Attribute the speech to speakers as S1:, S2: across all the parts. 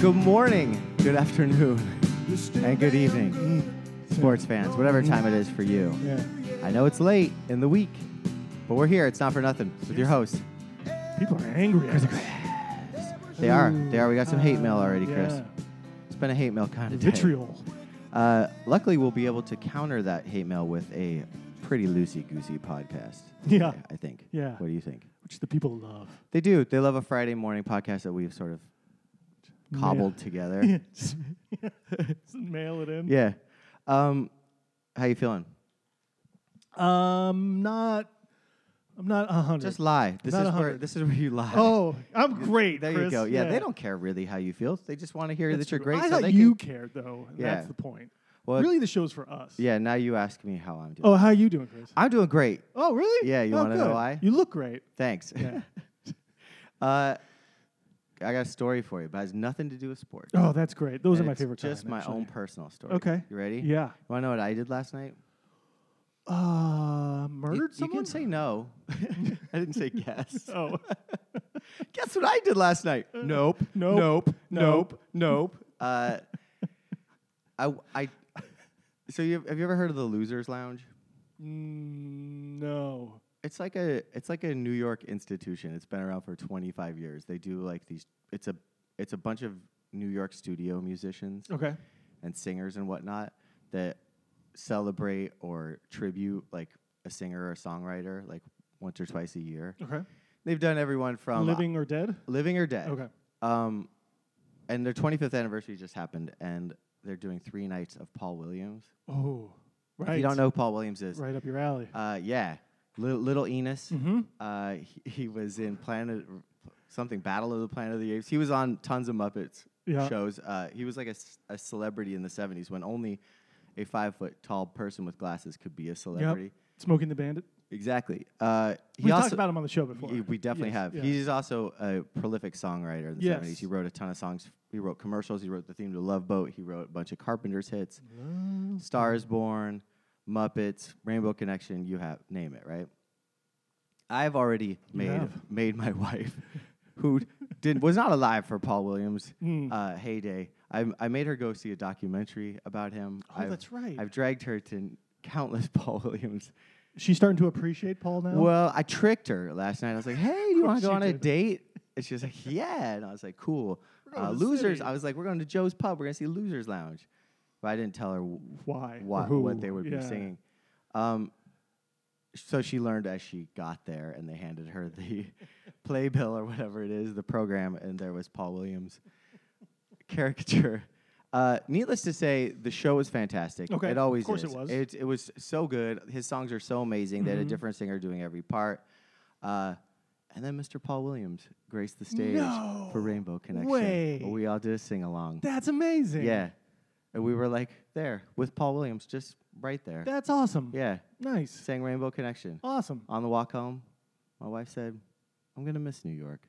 S1: Good morning, good afternoon, and good evening, sports fans, whatever time it is for you.
S2: Mm. Yeah.
S1: I know it's late in the week, but we're here. It's not for nothing. It's with your host.
S2: People are angry. at us.
S1: They are. They are. We got some hate mail already, Chris.
S2: Yeah.
S1: It's been a hate mail kind of day.
S2: Vitriol.
S1: Uh, luckily, we'll be able to counter that hate mail with a pretty loosey goosey podcast.
S2: Yeah.
S1: I think.
S2: Yeah.
S1: What do you think?
S2: Which the people love.
S1: They do. They love a Friday morning podcast that we've sort of cobbled together.
S2: Yeah. Just mail it in.
S1: Yeah. Um, how you feeling?
S2: Um, not. I'm not a hundred.
S1: Just lie. This
S2: Not
S1: is where
S2: 100.
S1: this is where you lie.
S2: oh, I'm great.
S1: there you
S2: Chris.
S1: go. Yeah, they don't care really how you feel. They just want to hear that
S2: That's
S1: you're
S2: true.
S1: great.
S2: I
S1: so
S2: thought
S1: they
S2: you
S1: Can,
S2: cared though. and
S1: Yeah.
S2: That's the point.
S1: well,
S2: really, the show's for us.
S1: yeah. Now you ask me how I'm doing.
S2: Oh, how you doing, Chris?
S1: I'm doing great.
S2: Oh, really?
S1: Yeah, you
S2: oh,
S1: wanna know
S2: good.
S1: why?
S2: You look great.
S1: Thanks.
S2: Yeah.
S1: uh, I got a story for you, but it has nothing to do with sports.
S2: Oh, that's great. Those
S1: And
S2: are my
S1: it's
S2: favorite.
S1: Just
S2: kind,
S1: my
S2: actually.
S1: own personal story.
S2: Okay.
S1: You ready? You
S2: Yeah.
S1: want to know what I did last night?
S2: Uh,
S1: You-
S2: murdered
S1: you
S2: someone.
S1: can say no. I didn't say yes.
S2: Oh.
S1: Guess what I did last night? Nope.
S2: Nope.
S1: Nope.
S2: Nope.
S1: Nope. Uh, I, I. So you have you ever heard of the Losers Lounge?
S2: Mm, no.
S1: It's like a it's like a New York institution. It's been around for 25 years. They do like these. It's a it's a bunch of New York studio musicians
S2: Okay.
S1: and singers and whatnot that celebrate or tribute like a singer or a songwriter like once or twice a year.
S2: Okay.
S1: They've done everyone from uh,
S2: Living or dead?
S1: living or dead.
S2: Okay.
S1: Um, and their 25th anniversary just happened, and they're doing three nights of Paul Williams.
S2: Oh, right.
S1: If you don't know who Paul Williams is,
S2: Right up your alley.
S1: uh, yeah, Lil Little Enos.
S2: Mhm.
S1: Uh, he, he was in Planet something Battle of the Planet of the Apes. He was on tons of Muppets
S2: Yeah.
S1: shows. Uh, he was like a, s- a celebrity in the 70s when only a five foot tall person with glasses could be a celebrity.
S2: Smoking the Bandit.
S1: Exactly. Uh, he
S2: We
S1: also,
S2: talked about him on the show before.
S1: Y- We definitely
S2: Yes,
S1: have.
S2: yeah.
S1: He's also a prolific songwriter in the
S2: Yes.
S1: 70s. He wrote a ton of songs. He wrote commercials. He wrote the theme to Love Boat. He wrote a bunch of Carpenter's hits, Stars Born, Muppets, Rainbow Connection. You have name it right. I've already made
S2: have.
S1: made my wife, who did was not alive for Paul Williams'
S2: Mm.
S1: uh, heyday. I, I made her go see a documentary about him.
S2: Oh,
S1: I've-
S2: that's right.
S1: I've dragged her to countless Paul Williams
S2: She's starting to appreciate Paul now.
S1: well, I tricked her last night. I was like, "Hey, do you want
S2: Of course
S1: to go
S2: you
S1: on a
S2: did.
S1: date?" And she was like, "Yeah." And I was like, "Cool."
S2: going
S1: Uh,
S2: to the
S1: losers.
S2: city.
S1: I was like, "We're going to Joe's Pub. We're going to see Losers Lounge," but I didn't tell her wh-
S2: Why? or
S1: what
S2: who?
S1: what they would
S2: Yeah.
S1: be singing. Um, so she learned as she got there, and they handed her the playbill or whatever it is, the program, and there was Paul Williams caricature. Uh, needless to say, the show was fantastic.
S2: Okay,
S1: it
S2: of
S1: always
S2: course
S1: is.
S2: it was. Mm-hmm.
S1: It, it was so good. His songs are so amazing. They had a different singer doing every part. Uh, and then Mr. Paul Williams graced the stage for
S2: No
S1: Rainbow Connection.
S2: way.
S1: We all did a sing along.
S2: That's amazing.
S1: Yeah. And we were like there with Paul Williams, just right there.
S2: That's awesome.
S1: yeah.
S2: Nice.
S1: Sang Rainbow Connection.
S2: Awesome.
S1: On the walk home, my wife said, I'm going to miss New York.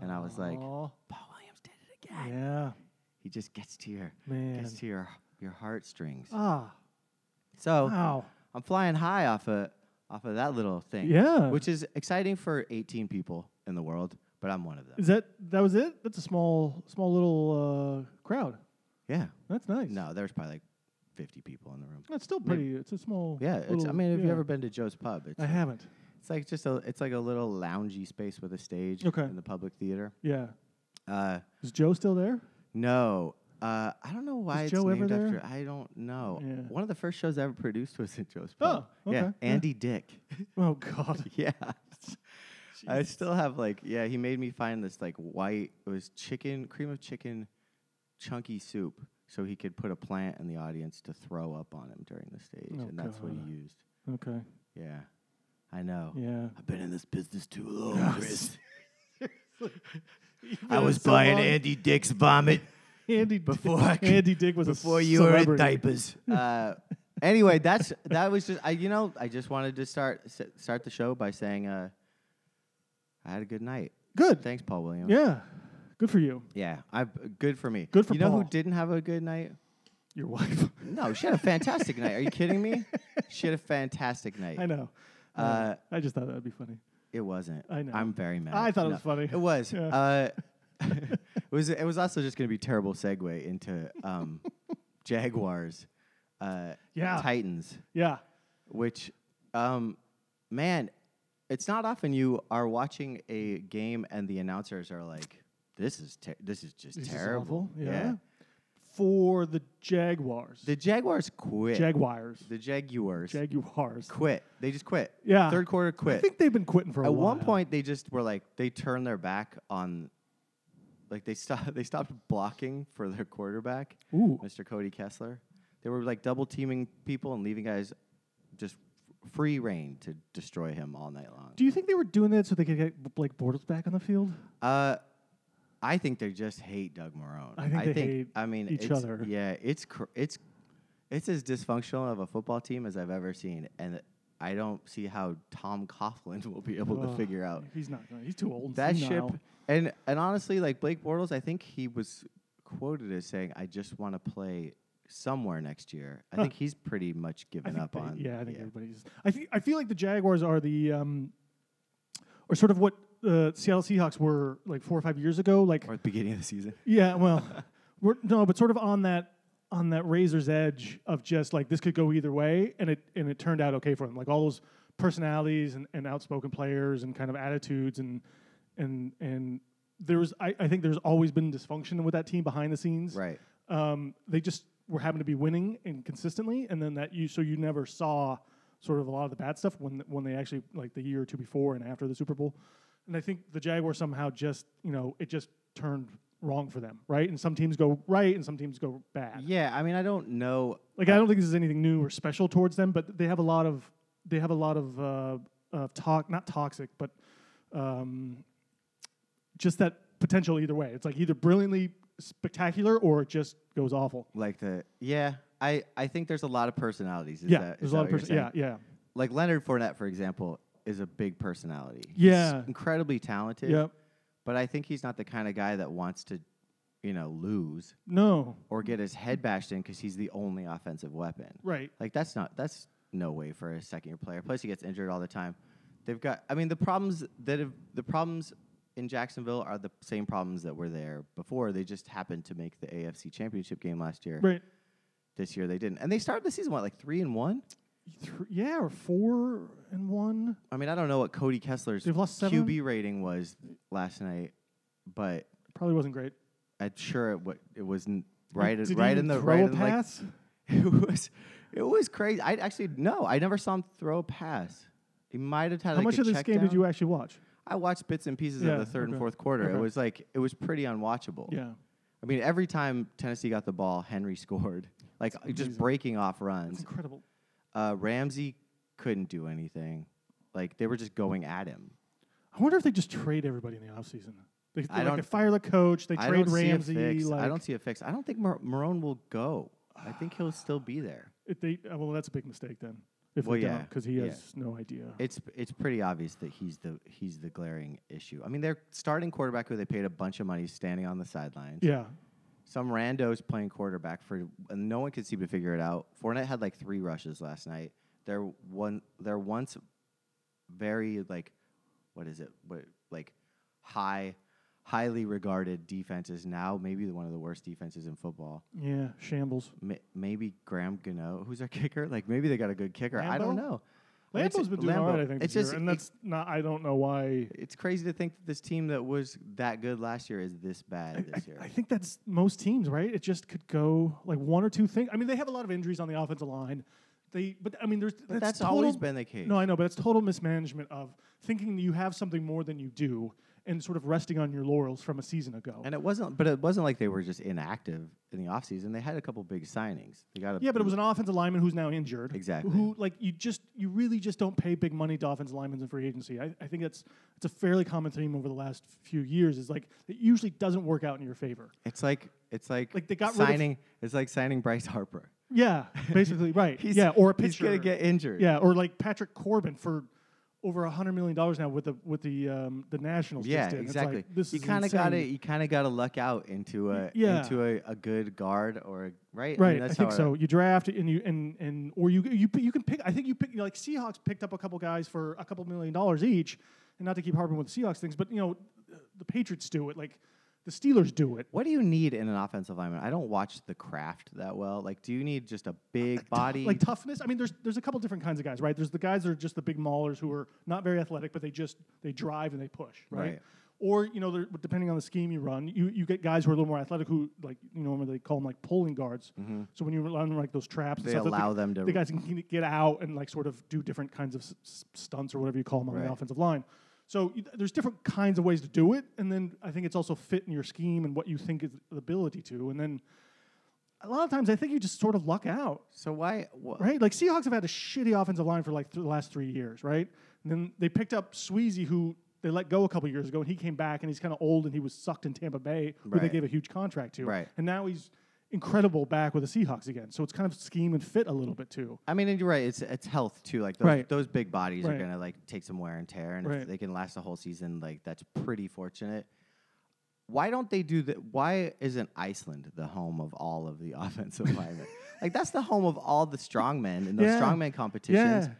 S1: And I was like,
S2: Aw.
S1: Paul Williams did it again.
S2: yeah.
S1: He just gets to your
S2: Man.
S1: gets to your your heartstrings.
S2: Ah.
S1: so
S2: Wow.
S1: I'm flying high off of off of that little thing.
S2: Yeah.
S1: Which is exciting for 18 people in the world, but I'm one of them.
S2: Is that that was it? That's a small small little uh, crowd.
S1: Yeah.
S2: That's nice.
S1: No, there's probably like 50 people in the room.
S2: That's still pretty. It's a small.
S1: Yeah, it's, I
S2: little-
S1: mean, have you
S2: yeah.
S1: ever been to Joe's Pub? It's,
S2: I haven't.
S1: it's like just a, it's like a little loungy space with a stage
S2: Okay.
S1: in the public theater.
S2: Yeah.
S1: Uh,
S2: Is Joe still there?
S1: no, uh, I don't know why
S2: Is
S1: it's
S2: Joe ever
S1: named
S2: there?
S1: after. I don't know.
S2: Yeah.
S1: One of the first shows I ever produced was at Joe's
S2: Oh,
S1: Pub. yeah,
S2: okay, yeah.
S1: Andy Dick.
S2: Oh God.
S1: yeah. I still have like yeah. He made me find this like white. It was chicken cream of chicken, chunky soup. So he could put a plant in the audience to throw up on him during the stage,
S2: Oh,
S1: and that's what he
S2: God.
S1: used.
S2: Okay.
S1: Yeah, I know.
S2: Yeah.
S1: I've been in this business too long, Chris. I
S2: been
S1: was
S2: in so
S1: buying
S2: long.
S1: Andy Dick's vomit
S2: Andy Dick-
S1: Before I c-
S2: Andy Dick was
S1: before
S2: a
S1: you were in
S2: celebrity.
S1: diapers. Uh, anyway, that's that was just I, you know I just wanted to start s- start the show by saying uh, I had a good night.
S2: Good.
S1: Thanks, Paul Williams.
S2: Yeah. Good for you.
S1: yeah. I good for me.
S2: Good for
S1: you know who
S2: Paul.
S1: didn't have a good night?
S2: Your wife.
S1: No, she had a fantastic night. Are you kidding me? She had a fantastic night.
S2: I know.
S1: Uh,
S2: I just thought that'd be funny.
S1: It wasn't.
S2: I know.
S1: I'm very mad.
S2: I thought it
S1: No,
S2: was funny.
S1: It was.
S2: Yeah.
S1: Uh, it was it was also just going to be terrible segue into um, Jaguars, uh,
S2: Yeah.
S1: Titans,
S2: Yeah.
S1: which, um, man, it's not often you are watching a game and the announcers are like, "This is ter- this is just
S2: This is
S1: terrible."
S2: awful, yeah. For the Jaguars.
S1: the Jaguars quit.
S2: Jaguars.
S1: the Jaguars
S2: Jaguars.
S1: quit. They just quit.
S2: Yeah.
S1: third quarter quit.
S2: I think they've been quitting for a
S1: At
S2: while.
S1: one point, they just were like they turned their back on, like they stopped they stopped blocking for their quarterback,
S2: Ooh.
S1: Mr. Cody Kessler. They were like double teaming people and leaving guys just free reign to destroy him all night long.
S2: Do you think they were doing that so they could get B- Blake Bortles back on the field?
S1: Uh, I think they just hate Doug Marone.
S2: I think they hate
S1: I mean
S2: each
S1: it's-
S2: other.
S1: Yeah, it's cr- it's it's as dysfunctional of a football team as I've ever seen, and I don't see how Tom Coughlin will be able to
S2: Ugh,
S1: figure out
S2: He's not going. to He's too old. and
S1: that ship
S2: senile.
S1: and and honestly like blake bortles i think he was quoted as saying i just want to play somewhere next year i think he's pretty much
S2: I
S1: given
S2: think
S1: up
S2: they-
S1: on
S2: Yeah, I think everybody's. I think I feel like the Jaguars are the, um, or sort of what the Seattle Seahawks were like four or five years ago. Like,
S1: or at the beginning of the season
S2: yeah, well, we're no, but sort of on that on that razor's edge of just like this could go either way, and it and it turned out okay for them. Like all those personalities and, and outspoken players and kind of attitudes and and and there was I, I think there's always been dysfunction with that team behind the scenes
S1: right
S2: um, they just were happened to be winning and consistently, and then that you so you never saw sort of a lot of the bad stuff when when they actually like the year or two before and after the Super Bowl, and I think the Jaguars somehow just you know it just turned wrong for them, right? And some teams go right and some teams go bad.
S1: yeah i mean i don't know
S2: Like I don't think this is anything new or special towards them, but they have a lot of they have a lot of uh, uh, talk, not toxic, but um, just that potential either way. It's like either brilliantly spectacular or it just goes awful.
S1: like the yeah i i think there's a lot of personalities is
S2: yeah,
S1: that, is
S2: there's
S1: that
S2: a lot of
S1: what you're
S2: person.
S1: saying?
S2: Yeah, yeah,
S1: like leonard Fournette, for example is a big personality He's
S2: Yeah.
S1: incredibly talented
S2: yeah.
S1: but i think he's not the kind of guy that wants to you know lose
S2: No,
S1: or get his head bashed in because he's the only offensive weapon
S2: right.
S1: Like that's not that's no way for a second year player. Plus he gets injured all the time. They've got I mean the problems that have the problems in Jacksonville are the same problems that were there before. They just happened to make the AFC championship game last year.
S2: Right.
S1: This year they didn't. And they started the season what, like three and one?
S2: Thr- yeah, or four and one.
S1: I mean, I don't know what Cody Kessler's
S2: They've lost seven.
S1: QB rating was last night, but
S2: Probably wasn't great.
S1: I'm sure it, wa it wasn't right
S2: Did he
S1: right
S2: even
S1: in the
S2: throw
S1: right in,
S2: a
S1: like,
S2: pass.
S1: It was it was crazy. I actually no, I never saw him throw a pass. He might have had
S2: How much of this game did you actually watch?
S1: I watched bits and pieces
S2: Yeah,
S1: of the third and
S2: okay.
S1: fourth quarter. It
S2: Okay.
S1: was like it was pretty unwatchable.
S2: Yeah,
S1: I mean, every time Tennessee got the ball, Henry scored. Like uh, just
S2: amazing.
S1: breaking off
S2: it's
S1: runs.
S2: incredible.
S1: Uh, Ramsey couldn't do anything. Like they were just going at him.
S2: I wonder if they just trade everybody in the offseason. They, they,
S1: I
S2: like,
S1: don't-
S2: they fire the coach. They
S1: I
S2: trade
S1: don't
S2: Ramsey.
S1: see a fix.
S2: Like,
S1: I don't see a fix. I don't think Mar- Marone will go. I think he'll still be there.
S2: if they, uh, well, that's a big mistake then. If
S1: Well,
S2: they
S1: yeah,
S2: don't, because he
S1: yeah.
S2: has no idea.
S1: It's it's pretty obvious that he's the he's the glaring issue. I mean, their starting quarterback who they paid a bunch of money is standing on the sidelines.
S2: yeah,
S1: Some rando's playing quarterback for and no one could seem to figure it out. Fournette had like three rushes last night. Their one their once very like what is it? What like high highly regarded defense is now maybe one of the worst defenses in football.
S2: yeah, shambles.
S1: Ma- maybe Graham Gano, who's our kicker? Like maybe they got a good kicker. I don't
S2: Lambo?
S1: know. Like, it's-
S2: Lambo's been doing all
S1: Lambo.
S2: right, I think,
S1: It's
S2: this year,
S1: just
S2: and that's not. I don't know why.
S1: it's crazy to think that this team that was that good last year is this bad
S2: I,
S1: this year.
S2: I think that's most teams, right? It just could go like one or two things. I mean, they have a lot of injuries on the offensive line. They, but I mean, there's
S1: but that's, always
S2: total-
S1: been the case.
S2: No, I know, but it's total mismanagement of thinking you have something more than you do, and sort of resting on your laurels from a season ago.
S1: and it wasn't, but it wasn't like they were just inactive in the offseason. They had a couple big signings. They got a
S2: Yeah, but it was an offensive lineman who's now injured.
S1: Exactly.
S2: Who like you just you really just don't pay big money to offensive linemen in free agency. I, I think that's it's a fairly common theme over the last few years. Is like it usually doesn't work out in your favor.
S1: It's like it's like
S2: Like, they got rid of-
S1: signing. it's like signing Bryce Harper.
S2: Yeah, basically right.
S1: He's,
S2: yeah, or a
S1: he's
S2: pitcher.
S1: gonna get injured.
S2: yeah, or like Patrick Corbin for over a hundred million dollars now with the with the um, the Nationals.
S1: Yeah,
S2: just did. It's like,
S1: exactly.
S2: this
S1: you
S2: is
S1: kind of got to
S2: insane.
S1: you kind of got to luck out into a
S2: yeah.
S1: into a, a good guard or a, right. I,
S2: Right,
S1: mean,
S2: I
S1: that's
S2: think
S1: how it-
S2: so. You draft and you and and or you you p- you can pick. I think you pick like Seahawks picked up a couple guys for a couple million dollars each, and not to keep harping with the Seahawks things, but you know the Patriots do it. Like the Steelers do it.
S1: What do you need in an offensive lineman? I don't watch the craft that well. Like, do you need just a big body?
S2: Like toughness. I mean, there's there's a couple different kinds of guys, right? There's the guys that are just the big maulers who are not very athletic, but they just they drive and they push, right?
S1: Right.
S2: Or you know, they're- depending on the scheme you run, you, you get guys who are a little more athletic who like you know they call them like pulling guards. So when you run like those traps,
S1: Mm-hmm. They
S2: and stuff, that
S1: allow
S2: the,
S1: them to-
S2: the guys can get- get out and like sort of do different kinds of s- s- stunts or whatever you call them on
S1: Right.
S2: the offensive line. So you- there's different kinds of ways to do it, and then I think it's also fit in your scheme and what you think is the ability to, and then. A lot of times, I think you just sort of luck out
S1: so why? Wh-
S2: right? Like Seahawks have had a shitty offensive line for like th- the last three years, right? And then they picked up Sweezy, who they let go a couple years ago, and he came back, and he's kind of old, and he was sucked in Tampa Bay, who they
S1: Right.
S2: gave a huge contract to,
S1: Right.
S2: And now he's incredible back with the Seahawks again. So it's kind of scheme and fit a little bit too.
S1: I mean, and you're right. It's it's health too. Like those,
S2: Right.
S1: those big bodies are
S2: Right.
S1: gonna like take some wear and tear, and
S2: Right.
S1: if they can last a whole season, like that's pretty fortunate. Why don't they do that? Why isn't Iceland the home of all of the offensive linemen? Like that's the home of all the strongmen in those
S2: Yeah.
S1: strongman competitions.
S2: Yeah.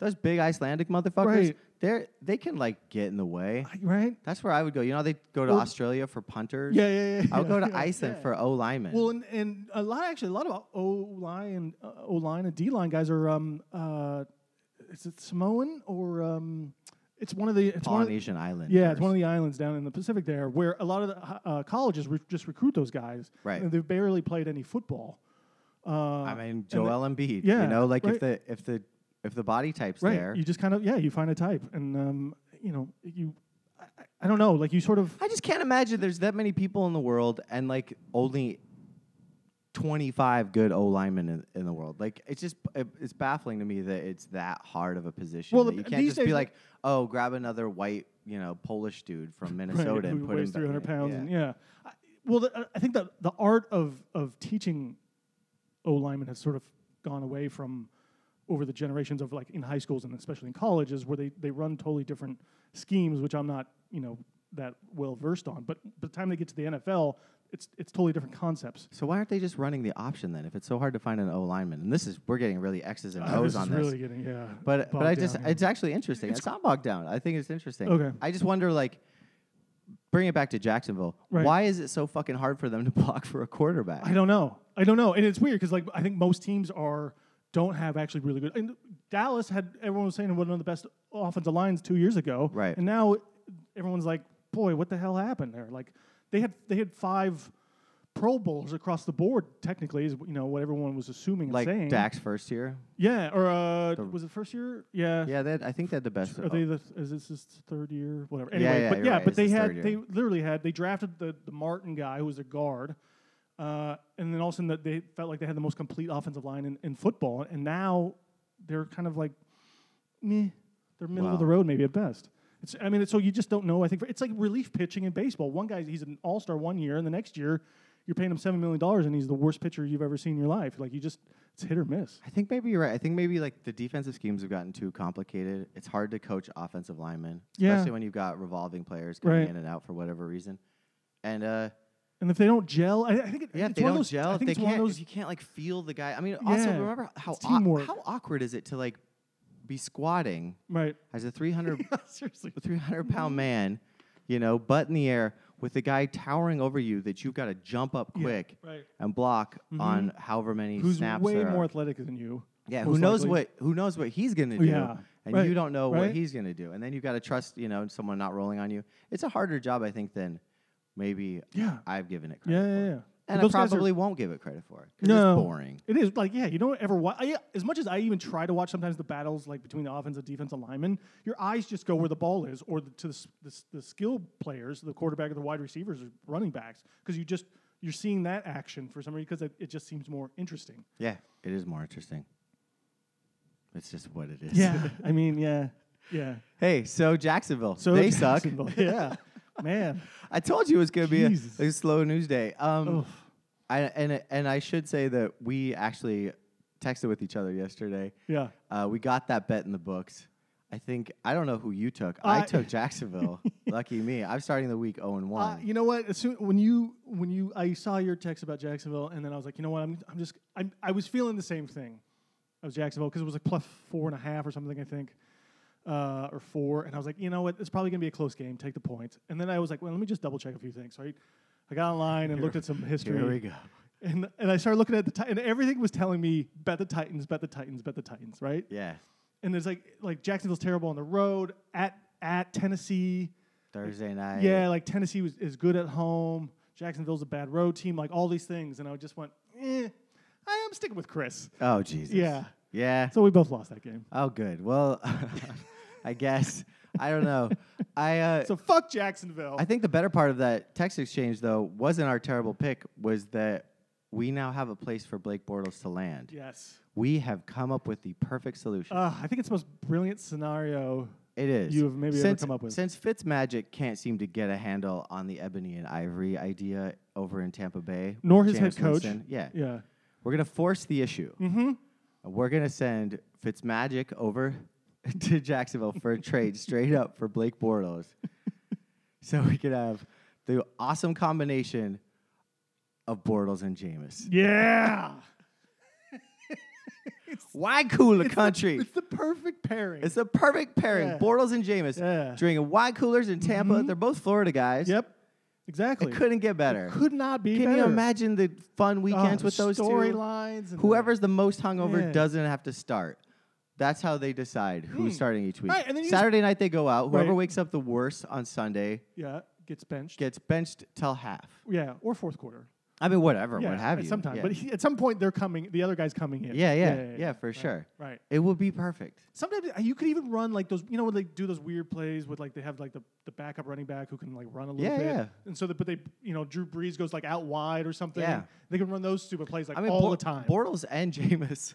S1: Those big Icelandic motherfuckers,
S2: Right.
S1: they're they can like get in the way.
S2: Right?
S1: That's where I would go. You know, they go to
S2: Well-
S1: Australia for punters.
S2: Yeah, yeah, yeah.
S1: I'll go to
S2: yeah,
S1: Iceland
S2: yeah.
S1: for O linemen.
S2: Well, and, and a lot actually, a lot of O line, uh, O line, and D line guys are. Um, uh, is it Samoan or um, it's one of the it's one of the-
S1: Polynesian island.
S2: Yeah, it's one of the islands down in the Pacific there, where a lot of the uh, colleges re- just recruit those guys,
S1: Right.
S2: And they've barely played any football. Uh,
S1: I mean, Joel Embiid.
S2: yeah,
S1: you know, like if
S2: right.
S1: the if the if the body type's
S2: right?
S1: there,
S2: You just kind of yeah, you find a type, and um, you know, you, I, I- I don't know, like you sort of
S1: I just can't imagine there's that many people in the world and like only 25 good O linemen in, in the world. Like it's just it, it's baffling to me that it's that hard of a position.
S2: Well,
S1: that
S2: the-
S1: you can't
S2: these
S1: just be
S2: days-
S1: like, oh, grab another white, you know, Polish dude from
S2: right,
S1: Minnesota and
S2: who
S1: put him
S2: weighs
S1: back-
S2: three hundred pounds,
S1: Yeah.
S2: and yeah. I, well, the, I- I think that the art of of teaching O linemen has sort of gone away from over the generations of like in high schools and especially in colleges where they, they run totally different schemes, which I'm not, you know, that well versed on. But by the time they get to the NFL, it's it's totally different concepts.
S1: So why aren't they just running the option then? If it's so hard to find an O lineman, and this is we're getting really X's and
S2: Uh,
S1: O's
S2: this
S1: on
S2: is
S1: this.
S2: really getting yeah.
S1: But but
S2: bogged
S1: I just
S2: down here.
S1: it's actually interesting. It's, not bogged down. I think it's interesting.
S2: Okay.
S1: I just wonder like bring it back to Jacksonville.
S2: Right.
S1: Why is it so fucking hard for them to block for a quarterback?
S2: I don't know. I don't know, and it's weird because like I think most teams are don't have actually really good. And Dallas had everyone was saying one of the best offensive lines two years ago,
S1: Right.
S2: And now everyone's like, boy, what the hell happened there? Like they had they had five Pro Bowlers across the board. Technically, is you know what everyone was assuming and
S1: like
S2: saying.
S1: Dak's first year.
S2: yeah, or uh, was it first year? Yeah,
S1: Yeah, that I think they had the best.
S2: Are they the? Is this his third year? Whatever. Anyway,
S1: Oh. yeah,
S2: but
S1: you're
S2: yeah,
S1: right.
S2: but
S1: It's
S2: they
S1: his
S2: had
S1: third
S2: they
S1: year.
S2: literally had they drafted the the Martin guy who was a guard, uh, and then all of a sudden that they felt like they had the most complete offensive line in, in football, and now they're kind of like, meh, they're middle
S1: Wow.
S2: of the road maybe at best. It's I mean it's, so you just don't know. I think it's like relief pitching in baseball. One guy he's an all star one year, and the next year you're paying him seven million dollars, and he's the worst pitcher you've ever seen in your life. Like you just it's hit or miss.
S1: I think maybe you're right. I think maybe like the defensive schemes have gotten too complicated. It's hard to coach offensive linemen,
S2: Yeah.
S1: especially when you've got revolving players coming
S2: Right.
S1: in and out for whatever reason. And uh,
S2: And if they don't gel, I, I think it,
S1: Yeah,
S2: it's
S1: if they
S2: one
S1: don't
S2: of those, I
S1: gel, if
S2: think
S1: they
S2: it's one
S1: can't,
S2: of those
S1: if you can't like feel the guy. I mean, also
S2: Yeah,
S1: remember how
S2: it's
S1: aw-
S2: teamwork.
S1: how awkward is it to like be squatting
S2: right.
S1: as a 300,
S2: Seriously.
S1: 300 pound man, you know, butt in the air with a guy towering over you that you've got to jump up quick
S2: right. Mm-hmm.
S1: and block on however many
S2: Who's
S1: snaps
S2: way
S1: there are.
S2: more athletic than you.
S1: Yeah, who
S2: most
S1: knows
S2: likely.
S1: what who knows what he's gonna do,
S2: Yeah,
S1: and
S2: right,
S1: you don't know what
S2: right.
S1: he's gonna do, and then you've got to trust you know someone not rolling on you. It's a harder job, I think, than maybe
S2: Yeah.
S1: I've given it credit
S2: Yeah,
S1: for.
S2: yeah, yeah. But
S1: And I
S2: those guys are-
S1: probably won't give it credit for it. 'cause
S2: No.
S1: It's boring.
S2: It is like yeah, you don't ever watch. I, as much as I even try to watch sometimes the battles like between the offensive and defensive linemen, your eyes just go where the ball is, or the, to the, s- the s- the skill players, the quarterback or the wide receivers or running backs, because you just you're seeing that action for some reason because it, it just seems more interesting.
S1: Yeah, it is more interesting. It's just what it is.
S2: I mean yeah, yeah.
S1: hey, so Jacksonville,
S2: So
S1: they
S2: Jacksonville, yeah, man.
S1: suck. I told you it was going to be a,
S2: Jesus.
S1: a slow news day. Um,
S2: Oof.
S1: I, and and I should say that we actually texted with each other yesterday.
S2: Yeah.
S1: Uh, we got that bet in the books. I think I don't know who you took. I,
S2: I-
S1: took Jacksonville. Lucky me. I'm starting the week 0 and
S2: Uh,
S1: 1.
S2: you know what? As soon, when you when you I saw your text about Jacksonville, and then I was like, you know what? I'm I'm just I'm, I was feeling the same thing of Jacksonville because it was like plus four and a half or something. I think. uh, or four. And I was like, you know what? It's probably going to be a close game. Take the points. And then I was like, well, let me just double check a few things. So I, I got online and looked at some history.
S1: Here we go.
S2: And, and I started looking at the Ti- and everything was telling me bet the Titans, bet the Titans, bet the Titans, right?
S1: Yeah.
S2: And there's like like Jacksonville's terrible on the road at at Tennessee.
S1: Thursday night.
S2: Yeah, like Tennessee was, is good at home. Jacksonville's a bad road team. Like all these things, and I just went, eh, I am sticking with Chris.
S1: Oh Jesus.
S2: Yeah.
S1: Yeah.
S2: So we both lost that game.
S1: oh good. Well, I guess I don't know. I uh,
S2: So fuck Jacksonville.
S1: I think the better part of that text exchange though wasn't our terrible pick was that we now have a place for Blake Bortles to land.
S2: yes.
S1: We have come up with the perfect solution.
S2: Uh, I think it's the most brilliant scenario.
S1: It is.
S2: you have maybe ever
S1: since,
S2: come up with.
S1: Since Fitzmagic can't seem to get a handle on the ebony and ivory idea over in Tampa Bay,
S2: Nor his
S1: James
S2: head coach.
S1: Winston- yeah,
S2: Yeah.
S1: we're gonna force the issue. Mm-hmm. We're gonna send Fitzmagic over to Jacksonville for a trade straight up for Blake Bortles, so we could have the awesome combination of Bortles and Jameis.
S2: Yeah.
S1: Why cooler country?
S2: it's the perfect pairing.
S1: It's the perfect pairing.
S2: Yeah.
S1: Bortles and Jameis
S2: Yeah. Mm-hmm.
S1: drinking wine coolers in Tampa. They're both Florida guys.
S2: yep. Exactly.
S1: It couldn't get better.
S2: Could not be
S1: Can
S2: better.
S1: you imagine the fun weekends
S2: Oh,
S1: with those two?
S2: storylines? and the-
S1: Whoever's the most hungover
S2: Mm-hmm. Yeah.
S1: doesn't have to start. That's how they decide who's starting each week.
S2: Hmm. Right, and then you just-
S1: Saturday night they go out. Whoever
S2: Right.
S1: wakes up the worst on Sunday
S2: yeah gets benched.
S1: gets benched till half.
S2: yeah, or fourth quarter.
S1: I mean, whatever,
S2: Yeah,
S1: what have
S2: at
S1: you.
S2: some time.
S1: yeah.
S2: But he, at some point, they're coming. The other guy's coming in.
S1: yeah, yeah, yeah, for
S2: right,
S1: sure.
S2: Right.
S1: It would be perfect.
S2: Sometimes uh, you could even run like those. You know when they do those weird plays with like they have like the, the backup running back who can like run a little
S1: Yeah,
S2: bit.
S1: yeah.
S2: And so, the, but they you know Drew Brees goes like out wide or something.
S1: Yeah.
S2: They can run those stupid plays like
S1: I mean,
S2: all
S1: Bor-
S2: the time.
S1: Bortles and Jameis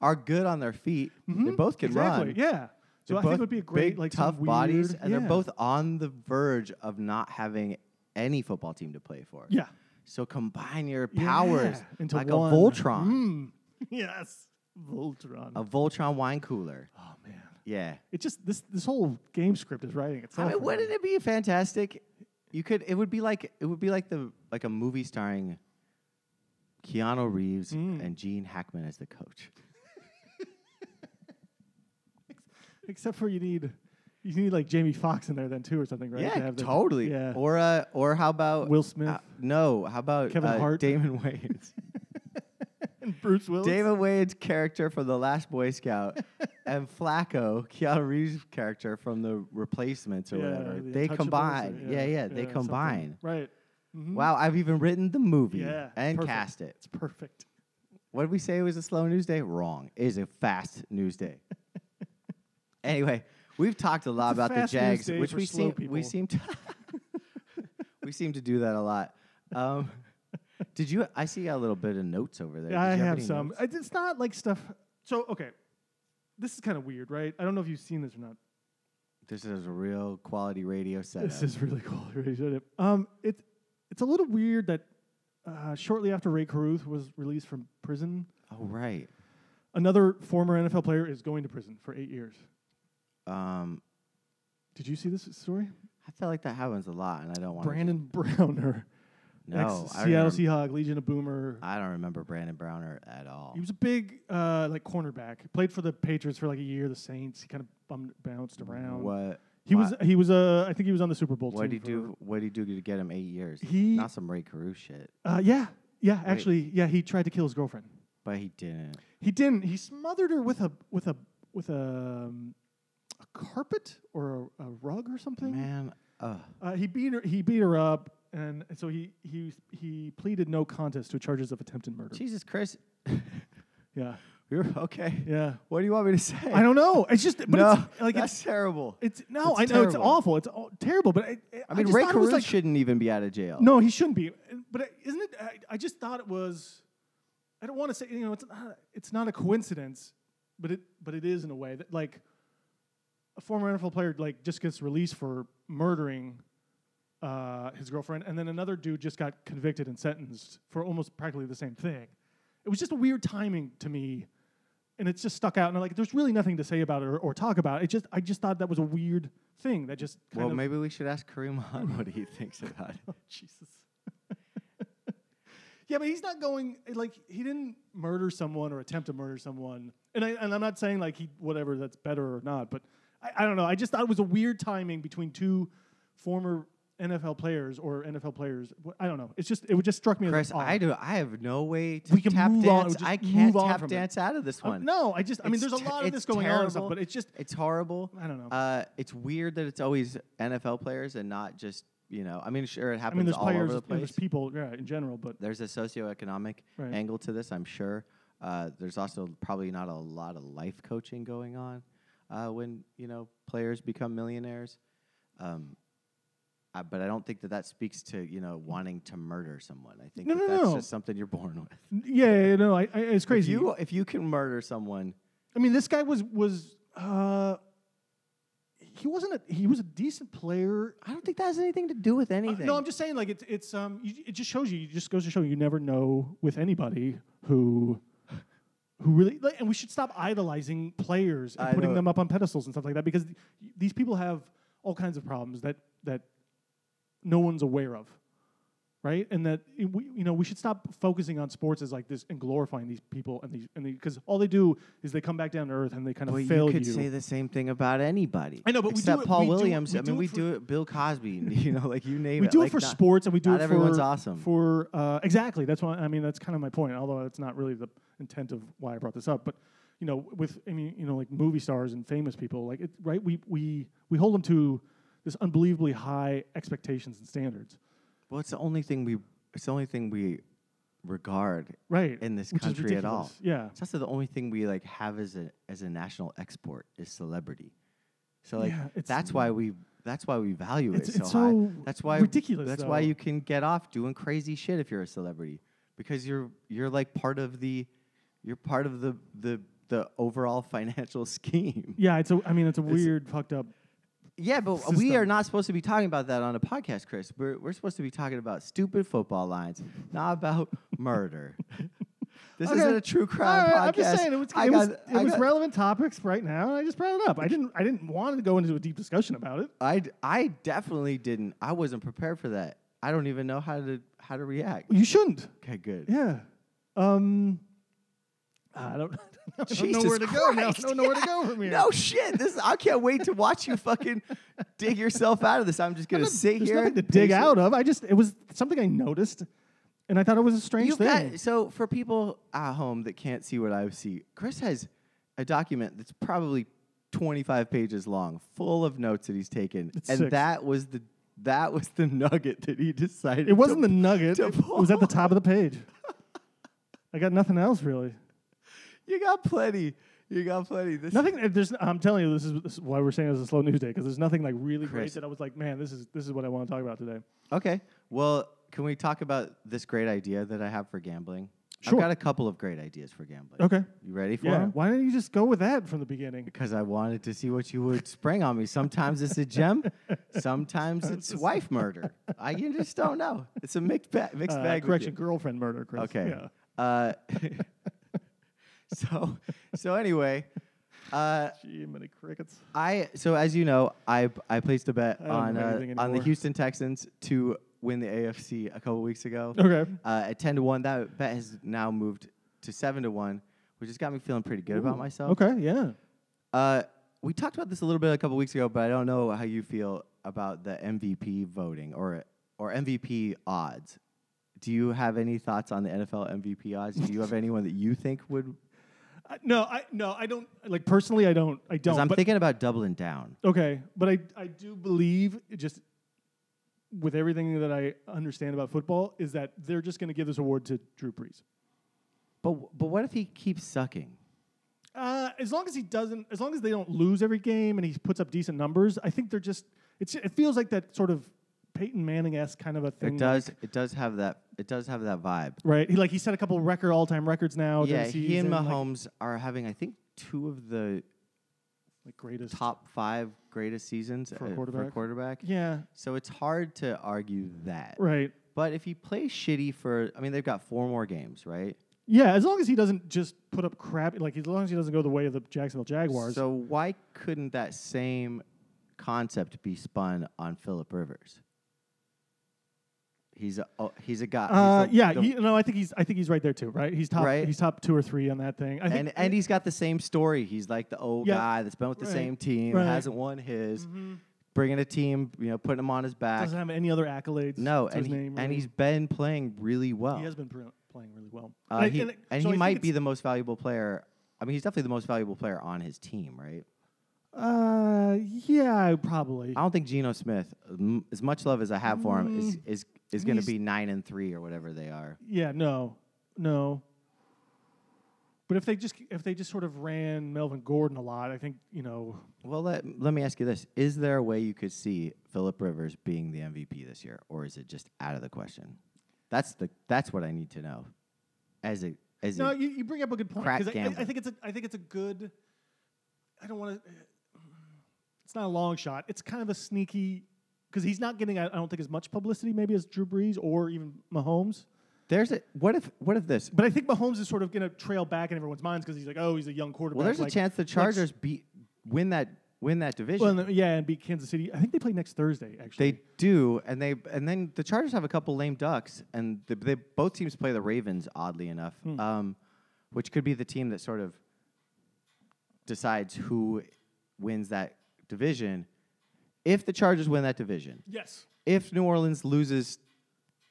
S1: are good on their feet. They both can
S2: Mm-hmm. exactly.
S1: run.
S2: Yeah. So
S1: They're
S2: I think
S1: both
S2: it would be a great
S1: big,
S2: like some
S1: tough bodies,
S2: weird-
S1: and
S2: yeah.
S1: they're both on the verge of not having any football team to play for.
S2: yeah.
S1: So combine your powers
S2: Yeah, into
S1: like
S2: one. Mm.
S1: a Voltron,
S2: yes. Voltron.
S1: a Voltron wine cooler.
S2: oh man.
S1: Yeah.
S2: It just this this whole game script is writing itself.
S1: I mean,
S2: right
S1: wouldn't it be fantastic? You could. It would be like it would be like the like a movie starring Keanu Reeves
S2: Mm.
S1: and Gene Hackman as the coach.
S2: now. except for you need you need like Jamie Foxx in there then too or something, right? To
S1: Yeah,
S2: have the-
S1: totally.
S2: yeah.
S1: Or uh, or how about
S2: Will Smith.
S1: uh, no, how about
S2: Kevin
S1: uh,
S2: Hart.
S1: Damon Wayans.
S2: and Bruce Willis.
S1: Damon Wayans' character from The Last Boy Scout and Flacco, Keanu Reeves' character from The Replacements or
S2: Yeah,
S1: whatever.
S2: the
S1: They
S2: Untouchables or-
S1: combine. Yeah, yeah, they
S2: something.
S1: combine.
S2: Right. Mhm.
S1: Wow, I've even written the movie
S2: Yeah,
S1: and
S2: perfect.
S1: cast it.
S2: It's perfect.
S1: What did we say it was a slow news day? Wrong. It is a fast news day. anyway, we've talked a lot
S2: It's a
S1: about the
S2: fast news
S1: Jags,
S2: day
S1: which
S2: for
S1: we
S2: slow
S1: seem we
S2: people.
S1: seem to we seem to do that a lot. Um, did you? I see a little bit of notes over there.
S2: Yeah, I
S1: Did you
S2: have,
S1: any
S2: some.
S1: notes?
S2: I- It's not like stuff. So okay, this is kind of weird, right? I don't know if you've seen this or not.
S1: This is a real quality radio setup.
S2: This is really cool. I really showed it. Um, it, it's a little weird that uh, shortly after Ray Caruth was released from prison,
S1: oh right.
S2: another former NFL player is going to prison for eight years.
S1: Um,
S2: Did you see this story?
S1: I feel like that happens a lot, and I don't want
S2: Brandon Browner,
S1: To, no, I
S2: ex
S1: Oh.
S2: Seattle
S1: don't, rem-
S2: Seahawk, Legion of Boomer.
S1: I don't remember Brandon Browner at all.
S2: He was a big uh, like cornerback. Played for the Patriots for like a year. The Saints. He kind of bummed, bounced around.
S1: What
S2: He
S1: why-
S2: was he was uh, I think he was on the Super Bowl.
S1: What
S2: team
S1: did he
S2: for-
S1: do? What did he do to get him eight years?
S2: He-
S1: not some Ray Carew shit,
S2: Uh, yeah, yeah. Actually, yeah. He tried to kill his girlfriend.
S1: but he didn't.
S2: He didn't. He smothered her with a with a with a, um, a carpet or a, a rug or something.
S1: Man, uh,
S2: Uh, he beat her. He beat her up, and so he he he pleaded no contest to charges of attempted murder.
S1: Jesus Christ,
S2: Yeah,
S1: you're okay.
S2: yeah.
S1: What do you want me to say?
S2: I don't know. It's just, but
S1: no,
S2: it's like
S1: that's
S2: it's
S1: terrible.
S2: it's no.
S1: That's
S2: I know it's
S1: terrible.
S2: awful. It's all, terrible. But I I,
S1: I mean,
S2: just
S1: Ray
S2: thought it was,
S1: Carew
S2: like,
S1: shouldn't even be out of jail.
S2: No, he shouldn't be. And- But I- isn't it? I, I just thought it was. I don't want to say you know it's not, it's not a coincidence, but it but it is in a way that like a former NFL player like just gets released for murdering uh, his girlfriend, and then another dude just got convicted and sentenced for almost practically the same thing. It was just a weird timing to me, and it's just stuck out. And I'm like, there's really nothing to say about it or, or talk about. It just I just thought that was a weird thing that just kind
S1: well,
S2: of
S1: maybe we should ask Kareem Hunt what he thinks about it.
S2: Jesus. yeah, but he's not going like he didn't murder someone or attempt to murder someone. And I and I'm not saying like he whatever that's better or not, but I, I don't know. I just thought it was a weird timing between two former NFL players or NFL players. Wh- I don't know. It's just it would just struck me
S1: Chris,
S2: as odd.
S1: I do. I have no way to
S2: We can
S1: tap
S2: move on,
S1: dance.
S2: just
S1: I can't
S2: move on
S1: tap
S2: from it.
S1: dance out of this
S2: Uh,
S1: one.
S2: No, I just I mean,
S1: It's
S2: there's a
S1: te-
S2: lot of
S1: it's
S2: this going on and stuff,
S1: terrible.
S2: but it's just
S1: It's horrible.
S2: I don't know.
S1: Uh, it's weird that it's always NFL players and not just you know. I mean, sure, it
S2: I
S1: happens
S2: mean, there's
S1: all
S2: players,
S1: over the
S2: you know,
S1: place.
S2: there's people, yeah, in general, but
S1: There's a socioeconomic
S2: Right.
S1: angle to this, I'm sure. Uh, there's also probably not a lot of life coaching going on uh, when you know players become millionaires. Um, I, but I don't think that that speaks to you know wanting to murder someone. I think
S2: No,
S1: that
S2: no,
S1: that's
S2: no.
S1: just something you're born with.
S2: yeah, yeah, no, I, I, it's
S1: If
S2: crazy.
S1: you if you can murder someone,
S2: I mean, this guy was was uh, he wasn't a he was a decent player.
S1: I don't think that has anything to do with
S2: Uh,
S1: anything.
S2: no, I'm just saying like it's it's um you, it just shows you it just goes to show you never know with anybody who who really like, and we should stop idolizing players and
S1: I
S2: putting
S1: know.
S2: them up on pedestals and stuff like that because th- these people have all kinds of problems that that no one's aware of. Right, and that i- we, you know, we should stop focusing on sports as like this and glorifying these people and these and because all they do is they come back down to earth and they kind of
S1: Well,
S2: fail
S1: you could say the same thing about anybody.
S2: I know, but we do
S1: except
S2: it-
S1: Paul
S2: we do it-
S1: Williams.
S2: we
S1: I
S2: do
S1: mean,
S2: it
S1: we
S2: for-
S1: do it. Bill Cosby. You know, like you name
S2: we
S1: it.
S2: do
S1: like,
S2: it for
S1: not-
S2: sports and we do
S1: not
S2: it for
S1: everyone's awesome.
S2: for uh, exactly that's why i mean that's kind of my point although that's not really the intent of why i brought this up but you know with i mean you know like movie stars and famous people like it, right we we we hold them to this unbelievably high expectations and standards
S1: Well, it's the only thing we. It's the only thing we regard
S2: right
S1: in this
S2: Which is
S1: country at all.
S2: ridiculous. yeah
S1: It's also the only thing we like have as a as a national export is celebrity. So like
S2: Yeah, it's-
S1: that's why we that's why we value
S2: It's-
S1: it so
S2: it's
S1: high.
S2: so
S1: that's why
S2: ridiculous,
S1: That's why
S2: though.
S1: you can get off doing crazy shit if you're a celebrity because you're you're like part of the you're part of the the the overall financial scheme.
S2: yeah it's a i mean it's a weird fucked up
S1: Yeah, but we are
S2: system.
S1: not supposed to be talking about that on a podcast, Chris. We're, we're supposed to be talking about stupid football lines, not about murder. This
S2: Okay.
S1: isn't a true crime
S2: All
S1: podcast.
S2: right, I'm just saying it was,
S1: I
S2: it was,
S1: got-
S2: it
S1: I
S2: was
S1: got-
S2: relevant topics right now, and I just brought it up. I didn't I didn't want to go into a deep discussion about it.
S1: I, d- I definitely didn't. I wasn't prepared for that. I don't even know how to how to react.
S2: You shouldn't.
S1: Okay, good.
S2: Yeah. Um, I don't, I don't know
S1: Jesus
S2: where to go now. I
S1: Christ,
S2: don't know where to
S1: yeah.
S2: go from here.
S1: No shit. This I can't wait to watch you fucking dig yourself out of this. I'm just gonna sit
S2: There's
S1: here.
S2: nothing to dig
S1: patient-
S2: out of. I just, it was something I noticed, and I thought it was a strange
S1: You've
S2: thing.
S1: got, so for people at home that can't see what I see, Chris has a document that's probably 25 pages long, full of notes that he's taken,
S2: It's
S1: and
S2: six.
S1: that was the that was the nugget that he decided.
S2: it wasn't
S1: to,
S2: the nugget.
S1: to
S2: It was at the
S1: pull.
S2: top of the page. I got nothing else really.
S1: You got plenty. You got plenty. This
S2: Nothing. There's. I'm telling you, this is, this is why we're saying it's a slow news day because there's nothing like really
S1: Chris.
S2: great that I was like, man, this is this is what I want to talk about today.
S1: Okay. Well, can we talk about this great idea that I have for gambling? I've
S2: Sure.
S1: got a couple of great ideas for gambling.
S2: Okay.
S1: You ready for
S2: Yeah.
S1: 'em?
S2: Why don't you just go with that from the beginning?
S1: Because I wanted to see what you would spring on me. Sometimes it's a gem, sometimes it's wife murder. I you just don't know. It's a mixed, ba- mixed
S2: Uh,
S1: bag. with
S2: correction,
S1: you.
S2: girlfriend murder, Chris.
S1: Okay.
S2: Yeah.
S1: Uh, so, so anyway, uh,
S2: Gee, many crickets.
S1: I so as you know, I I placed a bet
S2: I don't
S1: on
S2: know
S1: uh,
S2: anything
S1: on the
S2: anymore.
S1: Houston Texans to win the AFC a couple weeks ago.
S2: Okay.
S1: Uh, at ten to one, that bet has now moved to seven to one, which has got me feeling pretty good about
S2: Ooh,
S1: myself.
S2: Okay, yeah.
S1: Uh, we talked about this a little bit a couple weeks ago, but I don't know how you feel about the MVP voting or or MVP odds. Do you have any thoughts on the NFL MVP odds? Do you have anyone that you think would?
S2: I, no, I no, I don't like personally. I don't. I
S1: Because
S2: don't.
S1: I'm
S2: but,
S1: thinking about doubling down.
S2: okay, but I I do believe it just with everything that I understand about football is that they're just going to give this award to Drew Brees.
S1: But but what if he keeps sucking?
S2: Uh, as long as he doesn't, as long as they don't lose every game and he puts up decent numbers, I think they're just. It's it feels like that sort of Peyton Manning esque kind of a thing.
S1: It does. It does have that. It does have that vibe.
S2: Right, he like he set a couple record all time records now.
S1: yeah,
S2: during the
S1: he and
S2: season, like-
S1: Mahomes are having, I think, two of the
S2: like greatest.
S1: top five greatest seasons
S2: For a
S1: uh,
S2: quarterback?
S1: quarterback.
S2: Yeah,
S1: So it's hard to argue that.
S2: right.
S1: But if he plays shitty for, I mean, they've got four more games, right?
S2: Yeah, as long as he doesn't just put up crap, like as long as he doesn't go the way of the Jacksonville Jaguars.
S1: So why couldn't that same concept be spun on Philip Rivers? He's a oh, he's a guy.
S2: Uh,
S1: he's the-
S2: yeah,
S1: the-
S2: he, no, I think he's I think he's right there too, right? He's top
S1: Right.
S2: he's top two or three on that thing. I think
S1: and and he's got the same story. He's like the old
S2: Yeah.
S1: guy that's been with the
S2: Right.
S1: same team,
S2: Right. Mm-hmm.
S1: hasn't won his, bringing a team, you know, putting him on his back.
S2: doesn't have any other accolades.
S1: No,
S2: to
S1: and he,
S2: his name,
S1: and
S2: really.
S1: he's been playing really well.
S2: he has been pr- playing really well.
S1: Uh,
S2: I-
S1: he-
S2: and I-
S1: and
S2: so
S1: he
S2: I think
S1: might be
S2: it's-
S1: the most valuable player. I mean, he's definitely the most valuable player on his team, right?
S2: Uh, yeah, probably.
S1: I don't think Geno Smith, m- as much love as I have for him, is is is going to
S2: Mm.
S1: be
S2: he's-
S1: nine and three or whatever they are.
S2: Yeah, no, no. But if they just if they just sort of ran Melvin Gordon a lot, I think you know.
S1: Well, let let me ask you this: Is there a way you could see Philip Rivers being the MVP this year, or is it just out of the question? That's the that's what I need to know. As a as
S2: No,
S1: a,
S2: you, you bring up a good point
S1: Crack
S2: because I, I, I
S1: gambler.
S2: think it's a I think it's a good. I don't want to. It's not a long shot. It's kind of a sneaky because he's not getting I I don't think as much publicity maybe as Drew Brees or even Mahomes.
S1: there's a what if what if this?
S2: But I think Mahomes is sort of going to trail back in everyone's minds because he's like, oh, he's a young quarterback.
S1: Well, there's a
S2: like-
S1: chance the
S2: like-
S1: Chargers beat win that win that division.
S2: Well, and the- yeah, and beat Kansas City. I think they play next Thursday. Actually,
S1: They do, and they and then the Chargers have a couple lame ducks, and the, they both teams play the Ravens oddly enough,
S2: Hmm.
S1: um, which could be the team that sort of decides who wins that division. If the Chargers win that division,
S2: yes,
S1: if New Orleans loses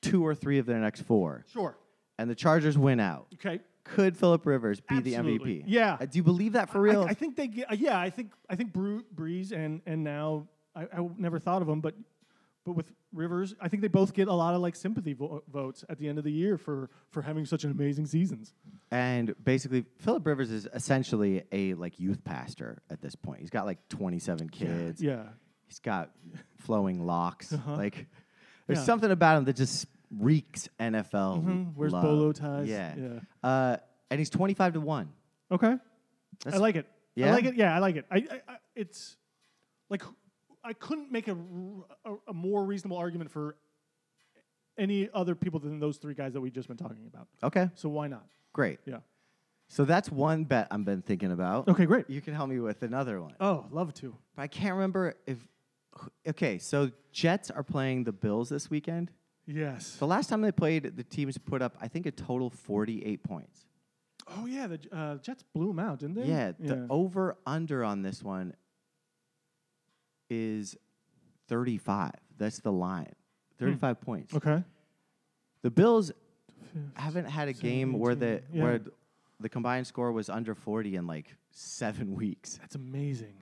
S1: two or three of their next four,
S2: sure,
S1: and the Chargers win out,
S2: okay.
S1: could Philip Rivers be
S2: Absolutely.
S1: the MVP?
S2: Yeah.
S1: Uh, do you believe that for real?
S2: I, I think they get. uh, yeah, I think I think Bru- Breeze and and now I, I never thought of them, but but with Rivers, I think they both get a lot of like sympathy vo- votes at the end of the year for for having such an amazing seasons.
S1: And basically, Philip Rivers is essentially a like youth pastor at this point. He's got like 27 kids.
S2: Yeah, Uh-huh.
S1: He's got flowing locks. Like, there's
S2: Yeah.
S1: something about him that just reeks NFL.
S2: Mm-hmm. Wears
S1: love.
S2: bolo ties.
S1: Yeah.
S2: Yeah.
S1: Uh, and he's 25 to one.
S2: okay, I
S1: That's-
S2: like it. I
S1: Yeah?
S2: like it. Yeah, I like it. I, I, I it's like I couldn't make a, r- a- a more reasonable argument for any other people than those three guys that we've just been talking about.
S1: Okay,
S2: So why not?
S1: great.
S2: Yeah.
S1: So that's one bet I've been thinking about.
S2: Okay, great.
S1: You can help me with another one.
S2: Oh, love to.
S1: But I can't remember if. Okay, so Jets are playing the Bills this weekend.
S2: Yes.
S1: The last time they played, the teams put up, I think, a total 48 points.
S2: Oh yeah, the J- uh, Jets blew them out, didn't they?
S1: Yeah, the over under on this one is 35. That's the line. 35 points.
S2: Hmm. okay.
S1: The Bills haven't had a game where the
S2: 18, yeah.
S1: where th- the combined score was under 40 in like 7 weeks.
S2: That's amazing.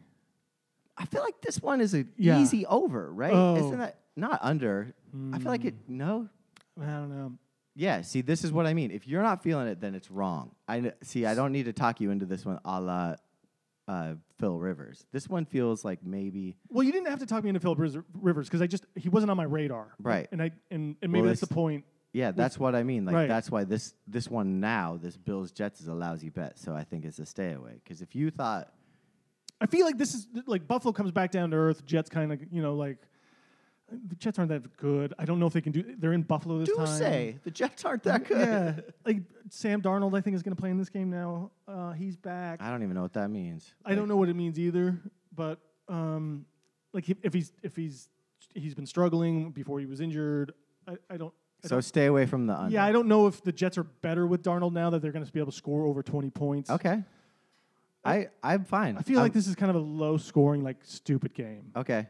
S1: I feel like this one is an
S2: Yeah.
S1: easy over, right?
S2: Oh. Hmm.
S1: Isn't that not under? I feel like it no.
S2: I don't know.
S1: Yeah, see, this is what I mean. If you're not feeling it, then it's wrong. I kn- see. I don't need to talk you into this one, a la uh, Phil Rivers. This one feels like maybe
S2: Well, you didn't have to talk me into Philip Riz- Rivers because I just he wasn't on my radar.
S1: Right.
S2: And I and, and maybe
S1: Well,
S2: that's the
S1: it's-
S2: point.
S1: Yeah, that's what I mean. Like
S2: Right.
S1: that's why this this one now, this Bills Jets is a lousy bet. So I think it's a stay away. Because if you thought,
S2: I feel like this is like Buffalo comes back down to earth. Jets kind of you know like the Jets aren't that good. I don't know if they can do. They're in Buffalo this
S1: do
S2: time.
S1: say the Jets aren't that good.
S2: Yeah. like Sam Darnold, I think is going to play in this game now. Uh, he's back.
S1: I don't even know what that means.
S2: I don't know what it means either, but um, like if, if he's if he's he's been struggling before he was injured, I, I don't. I
S1: So stay away from the
S2: don't-
S1: under.
S2: yeah, I don't know if the Jets are better with Darnold now that they're going to be able to score over twenty points.
S1: okay. I I'm fine.
S2: I feel like this is kind of a low scoring, like stupid game.
S1: Okay.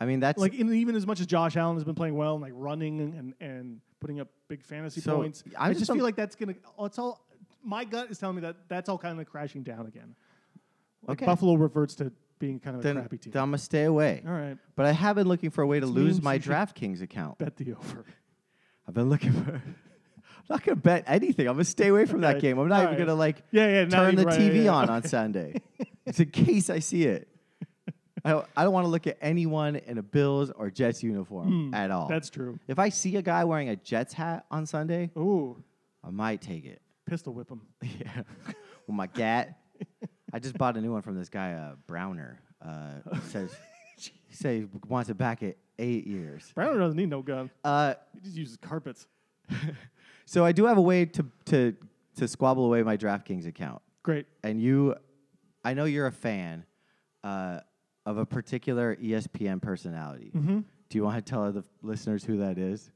S1: I mean that's
S2: Like in, even as much as Josh Allen has been playing well and like running and and putting up big fantasy
S1: So,
S2: points,
S1: I
S2: I
S1: just
S2: just
S1: don't-
S2: feel like that's gonna. oh, It's all. My gut is telling me that that's all kind of crashing down again. Like
S1: Okay.
S2: Buffalo reverts to being kind of a
S1: then,
S2: crappy team.
S1: then I'm gonna stay away.
S2: All right.
S1: But I have been looking for a way to lose
S2: means
S1: my
S2: you should-
S1: DraftKings account.
S2: bet the over.
S1: I've been looking for. I'm not gonna bet anything. I'm gonna stay away from that
S2: Okay.
S1: game. I'm not
S2: All
S1: even
S2: right.
S1: gonna like
S2: Yeah, yeah, now
S1: turn
S2: you-
S1: the
S2: right,
S1: TV
S2: yeah, yeah.
S1: on on Sunday. it's in case I see it. I don't, I don't want to look at anyone in a Bills or Jets uniform at all.
S2: Hmm. That's true.
S1: if I see a guy wearing a Jets hat on Sunday,
S2: Ooh,
S1: I might take it.
S2: pistol whip him.
S1: Yeah, with my gat. I just bought a new one from this guy uh, Browner. Uh, says he says he wants it back at eight years.
S2: Browner doesn't need no gun.
S1: Uh,
S2: He just uses carpets.
S1: So I do have a way to to to squabble away my DraftKings account.
S2: Great.
S1: And you, I know you're a fan uh, of E
S2: Mm-hmm.
S1: a particular ESPN personality. Do you want to tell the listeners who that is?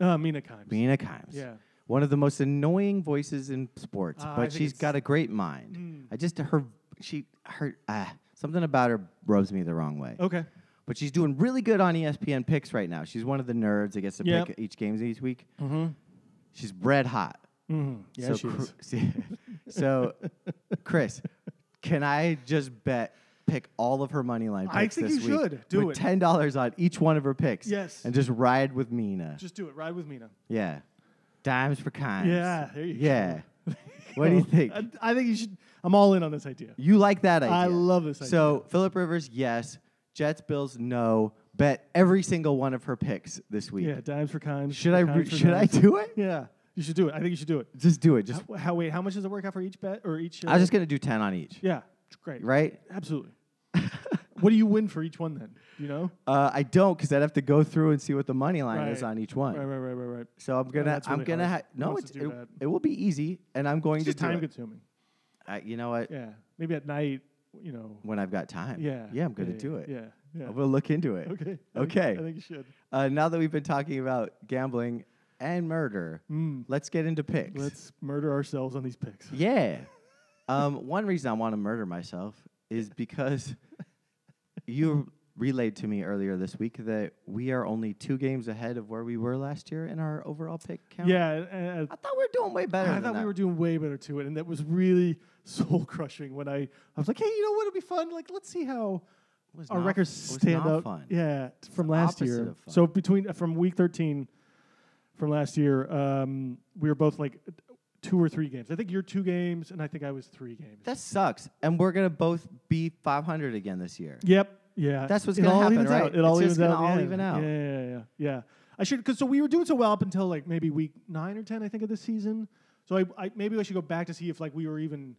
S2: Uh, Mina Kimes.
S1: Mina Kimes.
S2: Yeah.
S1: One of the most annoying voices in sports,
S2: Ah, I
S1: but
S2: think
S1: she's
S2: it's- Mm.
S1: got a great mind. I just her she her ah, something about her rubs me the wrong way.
S2: Okay.
S1: But she's doing really good on E ESPN picks right now. She's one of the nerds that gets to
S2: Yep. Mm-hmm.
S1: pick each games each week. She's red hot.
S2: Mm, yeah,
S1: so,
S2: she
S1: Cr-
S2: is.
S1: see- so, Chris, can I just bet pick all of her money line picks
S2: I think
S1: this
S2: you
S1: week
S2: should. Do
S1: with
S2: it.
S1: ten dollars on each one of her picks.
S2: Yes.
S1: and just ride with Mina.
S2: Just do it. Ride with Mina.
S1: yeah, dimes for kinds.
S2: Yeah, there you go.
S1: yeah. What do you think?
S2: Oh, I, I think you should. I'm all in on this idea.
S1: You like that idea?
S2: I love this
S1: So Philip Rivers, yes. Jets, Bills, no. Bet every single one of her picks this week.
S2: Yeah, dimes for kimes.
S1: Should I?
S2: kimes
S1: re-
S2: for
S1: should I
S2: dimes.
S1: do it?
S2: Yeah, you should do it. I think you should do it.
S1: Just do it. Just
S2: How, how wait? How much does it work out for each bet or each? uh,
S1: I was just gonna do ten on each.
S2: yeah, great.
S1: Right?
S2: Absolutely. what do you win for each one then? You know.
S1: Uh, I don't because I'd have to go through and see what the money line is
S2: Right.
S1: on each one.
S2: Right, right, right, right, right.
S1: So I'm gonna.
S2: that's
S1: I'm
S2: really
S1: gonna.
S2: hard.
S1: Ha-
S2: Who
S1: no,
S2: wants
S1: it's,
S2: to
S1: it,
S2: do that?
S1: it will be easy, and I'm going
S2: It's
S1: to
S2: just
S1: do
S2: time
S1: it.
S2: consuming.
S1: I, you know what?
S2: Yeah, maybe at night. You know.
S1: When I've got time.
S2: Yeah.
S1: Yeah, I'm gonna
S2: yeah,
S1: do it.
S2: Yeah. Yeah.
S1: I will look into it.
S2: Okay. I think-
S1: Okay.
S2: I think you should.
S1: Uh, now that we've been talking about gambling and murder,
S2: Mm.
S1: let's get into picks.
S2: Let's murder ourselves on these picks.
S1: Yeah. Um, one reason I want to murder myself is because you relayed to me earlier this week that we are only two games ahead of where we were last year in our overall pick count.
S2: Yeah. and-
S1: I thought we were doing way better.
S2: I
S1: than
S2: thought
S1: that.
S2: we were doing way better to it, and that was really soul crushing. When I, I was like, hey, you know what? It'll be fun. Like, let's see how
S1: It was
S2: our
S1: not-
S2: records
S1: it was
S2: stand
S1: not
S2: up.
S1: Fun.
S2: Yeah, t- from
S1: the
S2: last
S1: opposite
S2: year.
S1: of fun.
S2: So between uh, from week thirteen, from last year, um, we were both like two or three games. I think you're two games, and I think I was three games.
S1: That sucks. And we're gonna both be 500 again this year.
S2: Yep. Yeah.
S1: That's what's
S2: It
S1: gonna
S2: all
S1: happen,
S2: evens
S1: right?
S2: Out. It
S1: It's
S2: all
S1: just
S2: evens
S1: gonna
S2: out. in the
S1: all
S2: end.
S1: even out.
S2: Yeah, yeah, yeah, yeah. yeah. I should because so we were doing so well up until like maybe week nine or ten, I think, of this season. So I, I maybe I should go back to see if like we were even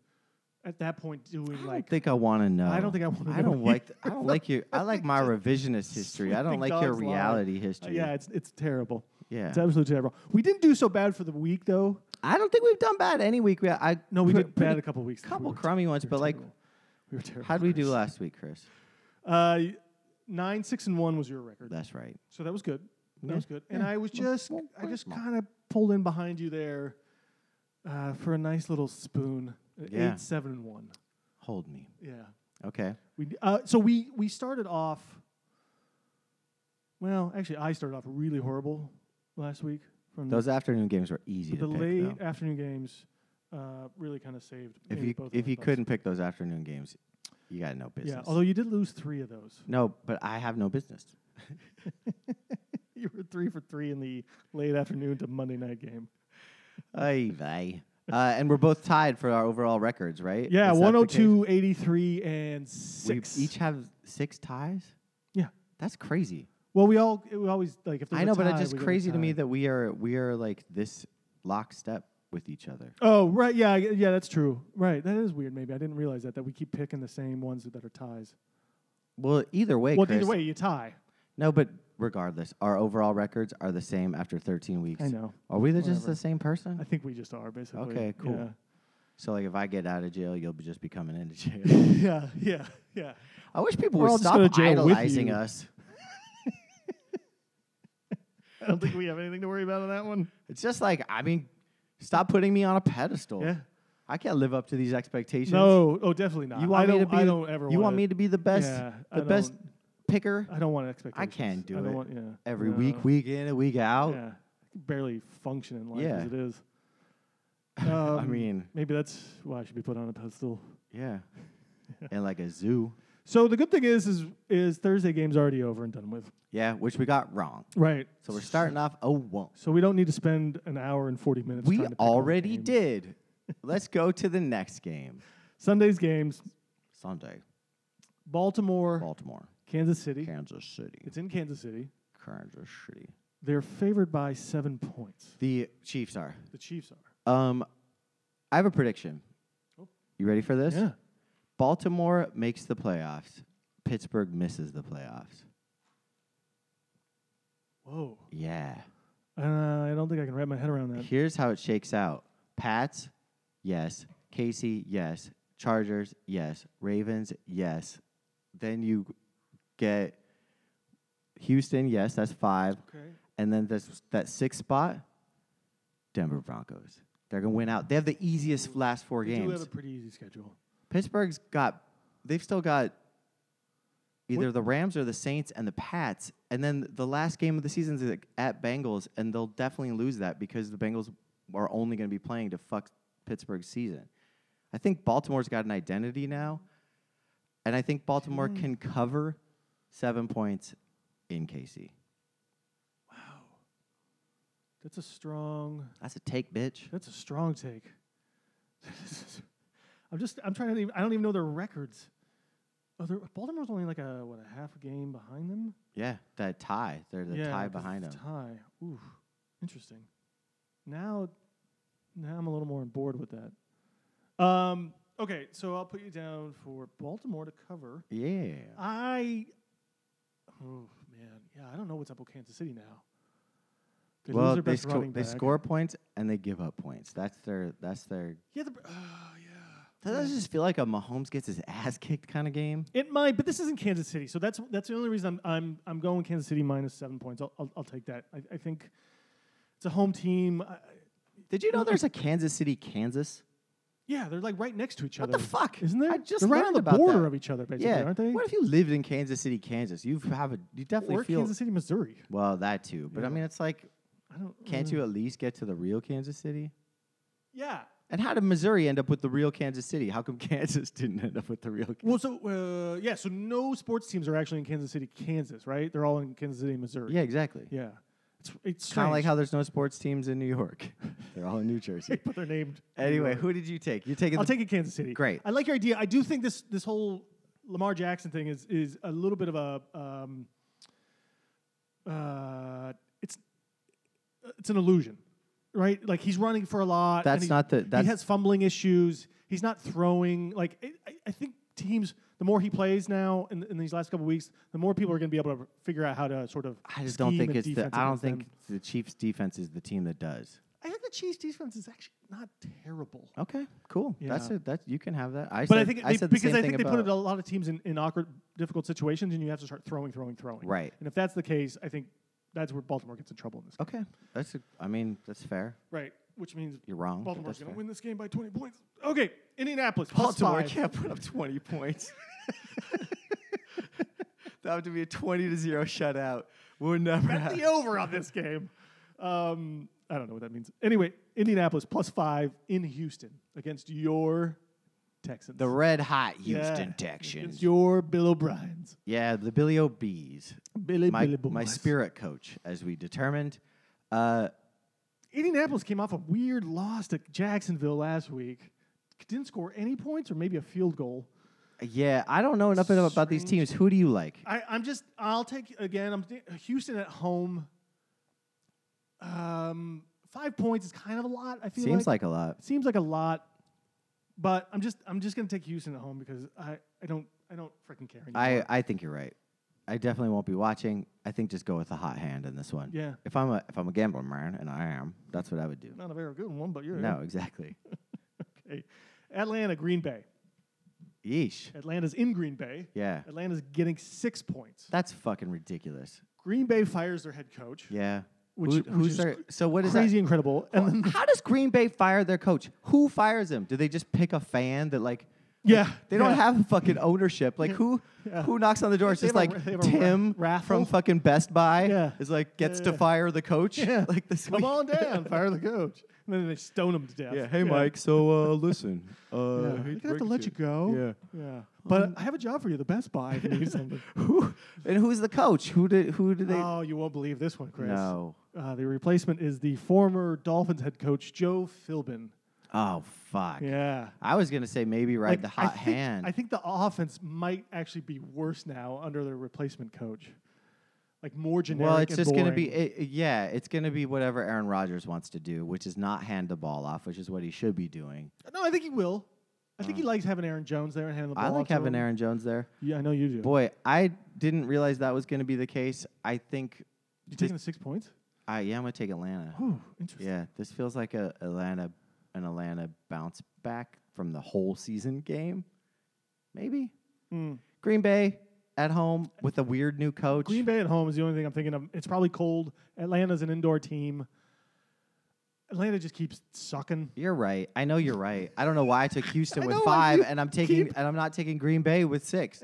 S2: at that point doing
S1: I
S2: like
S1: don't think I want to know.
S2: I don't think I wanna
S1: I
S2: know
S1: don't like. th- I
S2: either.
S1: don't like your. I like my revisionist history. I don't
S2: Sleeping
S1: like your
S2: dogs lie.
S1: reality
S2: Uh,
S1: history.
S2: yeah, it's it's terrible.
S1: Yeah.
S2: It's absolutely terrible. We didn't do so bad for the week though.
S1: I don't think we've done bad any week. We I
S2: No, we
S1: pre-
S2: did
S1: pretty
S2: bad a couple weeks. 'cause we
S1: couple
S2: were-
S1: crummy ones,
S2: we were
S1: but like,
S2: terrible. we were terrible.
S1: how would we do
S2: Chris.
S1: last week, Chris?
S2: Uh, y- nine, six, and one was your record,
S1: That's right.
S2: so that was good. That
S1: Yeah.
S2: was good. And
S1: Yeah.
S2: I was
S1: Well,
S2: just,
S1: well,
S2: I just
S1: well.
S2: kind of pulled in behind you there uh, for a nice little spoon. Uh,
S1: Yeah.
S2: Eight, seven, and one.
S1: Hold me.
S2: Yeah.
S1: Okay.
S2: We d- uh, so we we started off. Well, actually, I started off really horrible last week. From
S1: Those afternoon games were easy
S2: the
S1: to pick.
S2: late
S1: though.
S2: afternoon games, uh, really kind of saved.
S1: If
S2: maybe
S1: you
S2: both of
S1: if
S2: our
S1: you
S2: butts.
S1: couldn't pick those afternoon games, you got no business.
S2: Yeah, although you did lose three of those.
S1: no, but I have no business.
S2: You were three for three in the late afternoon to Monday night game.
S1: Ay vey. Uh, and we're both tied for our overall records, right?
S2: Yeah,
S1: Is that
S2: one
S1: the
S2: hundred
S1: case?
S2: two, eighty three, and
S1: We
S2: six.
S1: each have six ties.
S2: Yeah.
S1: That's crazy.
S2: Well, we all we always like if there's
S1: I
S2: a
S1: know, but it's
S2: tie,
S1: just
S2: we get a
S1: crazy to me
S2: tie.
S1: that we are we are like this lockstep with each other.
S2: Oh right, yeah, I- yeah, that's true. Right, that is weird. Maybe I didn't realize that that we keep picking the same ones that are ties.
S1: Well, either way,
S2: well,
S1: Chris,
S2: either way, you tie.
S1: No, but regardless, our overall records are the same after 13 weeks.
S2: I know.
S1: Are we the- just
S2: Whatever.
S1: the same person?
S2: I think we just are basically.
S1: Okay, cool.
S2: Yeah.
S1: so, like, if I get out of jail, you'll be just be coming into jail.
S2: yeah, yeah, yeah.
S1: I wish people
S2: We're all
S1: would
S2: just going
S1: stop
S2: to jail with
S1: idolizing
S2: you.
S1: us.
S2: I don't think we have anything to worry about on that one.
S1: It's just like, I mean, stop putting me on a pedestal.
S2: Yeah.
S1: I can't live up to these expectations.
S2: No, oh, definitely not.
S1: You want
S2: I
S1: me
S2: don't,
S1: to be?
S2: I don't ever.
S1: you want
S2: wanna-
S1: me to be the best?
S2: Yeah, I
S1: the best
S2: don't-
S1: picker
S2: I don't want expectations.
S1: can do
S2: I don't
S1: it
S2: Want, yeah.
S1: every
S2: No.
S1: week, week in and week out.
S2: Yeah. Barely function in life
S1: Yeah.
S2: as it is.
S1: I
S2: Um,
S1: mean,
S2: maybe that's why I should be put on a pedestal.
S1: yeah. and like a zoo.
S2: So the good thing is, is, is Thursday game's already over and done with.
S1: Yeah, which we got wrong.
S2: Right.
S1: So we're starting off a one.
S2: So we don't need to spend an hour and forty minutes.
S1: We
S2: trying to pick all the
S1: already
S2: games.
S1: did. Let's go to the next game.
S2: Sunday's games:
S1: Sunday,
S2: Baltimore,
S1: Baltimore,
S2: Kansas City.
S1: Kansas City.
S2: It's in Kansas City.
S1: Kansas City.
S2: They're favored by seven points.
S1: The Chiefs are.
S2: The Chiefs are.
S1: Um, I have a prediction. You ready for this?
S2: Oh. Yeah.
S1: Baltimore makes the playoffs. Pittsburgh misses the playoffs.
S2: Whoa.
S1: Yeah.
S2: Uh, I don't think I can wrap my head around that.
S1: Here's how it shakes out. Pats, yes. Casey, yes. Chargers, yes. Ravens, yes. Then you get Houston, yes, that's five.
S2: Okay.
S1: And then this, that sixth spot, Denver Broncos. They're going to win out. They have the easiest last four
S2: They do have
S1: games.
S2: a pretty easy schedule.
S1: Pittsburgh's got, they've still got either
S2: What-
S1: the Rams or the Saints and the Pats. And then the last game of the season is at Bengals, and they'll definitely lose that because the Bengals are only going to be playing to fuck Pittsburgh's season. I think Baltimore's got an identity now, and I think Baltimore can cover seven points in KC.
S2: That's a strong.
S1: That's a take, bitch.
S2: That's a strong take. I'm just. I'm trying to. Even, I don't even know their records. Oh, they're, Baltimore's only like a what a half a game behind them.
S1: Yeah, that tie. They're the
S2: yeah,
S1: tie
S2: 'cause
S1: behind them.
S2: it's a Tie. Ooh, interesting. Now, now I'm a little more on board with that. Um. Okay, so I'll put you down for Baltimore to cover.
S1: yeah.
S2: I. Oh man, yeah. I don't know what's up with Kansas City now. They lose
S1: well,
S2: their
S1: they,
S2: best
S1: sco-
S2: running
S1: they
S2: back.
S1: score points and they give up points. That's their. That's their.
S2: Yeah, the, oh, yeah.
S1: Does that just feel like a Mahomes gets his ass kicked kind of game?
S2: It might, but this isn't Kansas City, so that's that's the only reason I'm I'm, I'm going Kansas City minus seven points. I'll I'll, I'll take that. I, I think it's a home team. I, I-
S1: Did you know there's a Kansas City, Kansas?
S2: yeah, they're like right next to each
S1: What
S2: other.
S1: the fuck?
S2: Isn't there?
S1: I just
S2: they're right on
S1: learned
S2: the
S1: about
S2: border
S1: that.
S2: of each other, basically,
S1: Yeah.
S2: aren't they?
S1: What if you lived in Kansas City, Kansas? You have a. You definitely
S2: or
S1: feel.
S2: Kansas City, Missouri?
S1: well, that too. But I
S2: Yeah.
S1: mean, it's like,
S2: I don't.
S1: can't
S2: uh,
S1: you at least get to the real Kansas City?
S2: Yeah.
S1: And how did Missouri end up with the real Kansas City? How come Kansas didn't end up with the real? Kansas?
S2: Well, so uh, yeah, so no sports teams are actually in Kansas City, Kansas, right? They're all in Kansas City, Missouri.
S1: Yeah, exactly.
S2: Yeah. It's it's
S1: Kind of like
S2: strange,
S1: how there's no sports teams in New York. They're all in New Jersey.
S2: but they're named
S1: anyway, who did you take? You're taking
S2: I'll
S1: the
S2: take it Kansas City.
S1: Great.
S2: I like your idea. I do think this this whole Lamar Jackson thing is is a little bit of a um, uh, it's it's an illusion, right? Like he's running for a lot.
S1: That's
S2: and he-
S1: not the- that's-
S2: he has fumbling issues. He's not throwing. Like I- I, I think teams. The more he plays now in, in these last couple weeks, the more people are going to be able to figure out how to sort of.
S1: I just don't
S2: scheme
S1: think
S2: and
S1: it's the.
S2: defense
S1: I don't
S2: against them.
S1: think the Chiefs' defense is the team that does.
S2: I think the Chiefs' defense is actually not terrible.
S1: Okay, cool. That's
S2: Yeah.
S1: it. That's you can have that. I
S2: But
S1: said,
S2: I think
S1: I
S2: they,
S1: said the
S2: because
S1: same
S2: I
S1: thing
S2: think they
S1: about,
S2: put a lot of teams in, in awkward, difficult situations, and you have to start throwing, throwing, throwing.
S1: Right.
S2: And if that's the case, I think that's where Baltimore gets in trouble in this. Game.
S1: Okay, that's. A, I mean, that's fair.
S2: Right. Which means
S1: Oh. You're wrong. but
S2: Baltimore's
S1: that's
S2: going
S1: fair.
S2: to win this game by 20 points. Okay, Indianapolis. plus
S1: Baltimore
S2: five.
S1: can't put up 20 points. that would be a 20 to zero shutout. We'll never
S2: Bet
S1: have.
S2: the over on this game. Um, I don't know what that means. Anyway, Indianapolis plus five in Houston against your Texans.
S1: The red hot
S2: Yeah,
S1: Houston
S2: Against
S1: Texans.
S2: your Bill O'Brien's.
S1: Yeah, the Billy O'Bees.
S2: Billy,
S1: My,
S2: Billy Boys.
S1: my spirit coach, as we determined. Uh,
S2: Indianapolis came off a weird loss to Jacksonville last week. Didn't score any points or maybe a field goal.
S1: yeah, I don't know enough about about these
S2: Strange.
S1: teams. Who do you like?
S2: I, I'm just, I'll take, again, I'm thi- Houston at home. Um, five points is kind of a lot, I feel
S1: Seems like
S2: like.
S1: a lot.
S2: It seems like a lot, but I'm just, I'm just going to take Houston at home because I, I don't, I don't freaking care anymore.
S1: I, I think you're right. I definitely won't be watching. I think just go with the hot hand in this one.
S2: Yeah.
S1: If I'm a if I'm a gambling man, and I am, that's what I would do.
S2: Not a very good one, but you're
S1: No, exactly.
S2: okay. Atlanta, Green Bay.
S1: Yeesh.
S2: Atlanta's in Green Bay.
S1: Yeah.
S2: Atlanta's getting six points.
S1: That's fucking ridiculous.
S2: Green Bay fires their head coach.
S1: Yeah.
S2: Which-
S1: Who-
S2: which
S1: who's
S2: is
S1: their,
S2: cr-
S1: so what is
S2: crazy incredible.
S1: that?
S2: And then,
S1: How does Green Bay fire their coach? Who fires him? Do they just pick a fan that like
S2: yeah,
S1: they don't
S2: yeah.
S1: have a fucking ownership? Like who
S2: Yeah.
S1: who knocks on the door? It's
S2: They
S1: just
S2: have a
S1: like
S2: ra- they have a ra-
S1: Tim
S2: raffle.
S1: from fucking Best Buy
S2: Yeah.
S1: is like gets
S2: Yeah, yeah,
S1: to
S2: yeah.
S1: fire the coach.
S2: Yeah.
S1: Like this
S2: Come
S1: week.
S2: on down, fire the coach, and then they stone him to death.
S1: Yeah. Hey, Mike. So uh, listen, uh, I
S2: Yeah.
S1: hate
S2: I'm gonna
S1: to
S2: have
S1: break
S2: to
S1: it
S2: let you go. Yeah, yeah. But I have a job for you, the Best Buy. If you need something.
S1: Who, and who's the coach? Who did? Who did they?
S2: Oh, you won't believe this one, Chris.
S1: no.
S2: Uh, the replacement is the former Dolphins head coach Joe Philbin.
S1: Oh fuck.
S2: Yeah.
S1: I was gonna say maybe ride
S2: Like,
S1: the hot
S2: I think,
S1: hand.
S2: I think the offense might actually be worse now under their replacement coach. Like more generic.
S1: well, it's
S2: and
S1: just going to
S2: boring.
S1: be, it, it- yeah, it's going to be whatever Aaron Rodgers wants to do, which is not hand the ball off, which is what he should be doing.
S2: No, I think he will. I think he likes having Aaron Jones there and handling the ball.
S1: Uh. I like
S2: to
S1: having
S2: him.
S1: Aaron Jones there.
S2: Yeah, I know you do.
S1: Boy, I didn't realize that was going to be the case. I think,
S2: you
S1: this-
S2: taking the six points?
S1: I, yeah, I'm going to take Atlanta.
S2: Oh, interesting.
S1: Yeah, this feels like a Atlanta, an Atlanta bounce back from the whole season game, maybe.
S2: Mm.
S1: Green Bay at home with a weird new coach.
S2: Green Bay at home is the only thing I'm thinking of. It's probably cold. Atlanta's an indoor team. Atlanta just keeps sucking.
S1: You're right. I know you're right. I don't know why I took Houston
S2: I
S1: with
S2: know why
S1: five,
S2: you
S1: and I'm taking
S2: keep-
S1: and I'm not taking Green Bay with six.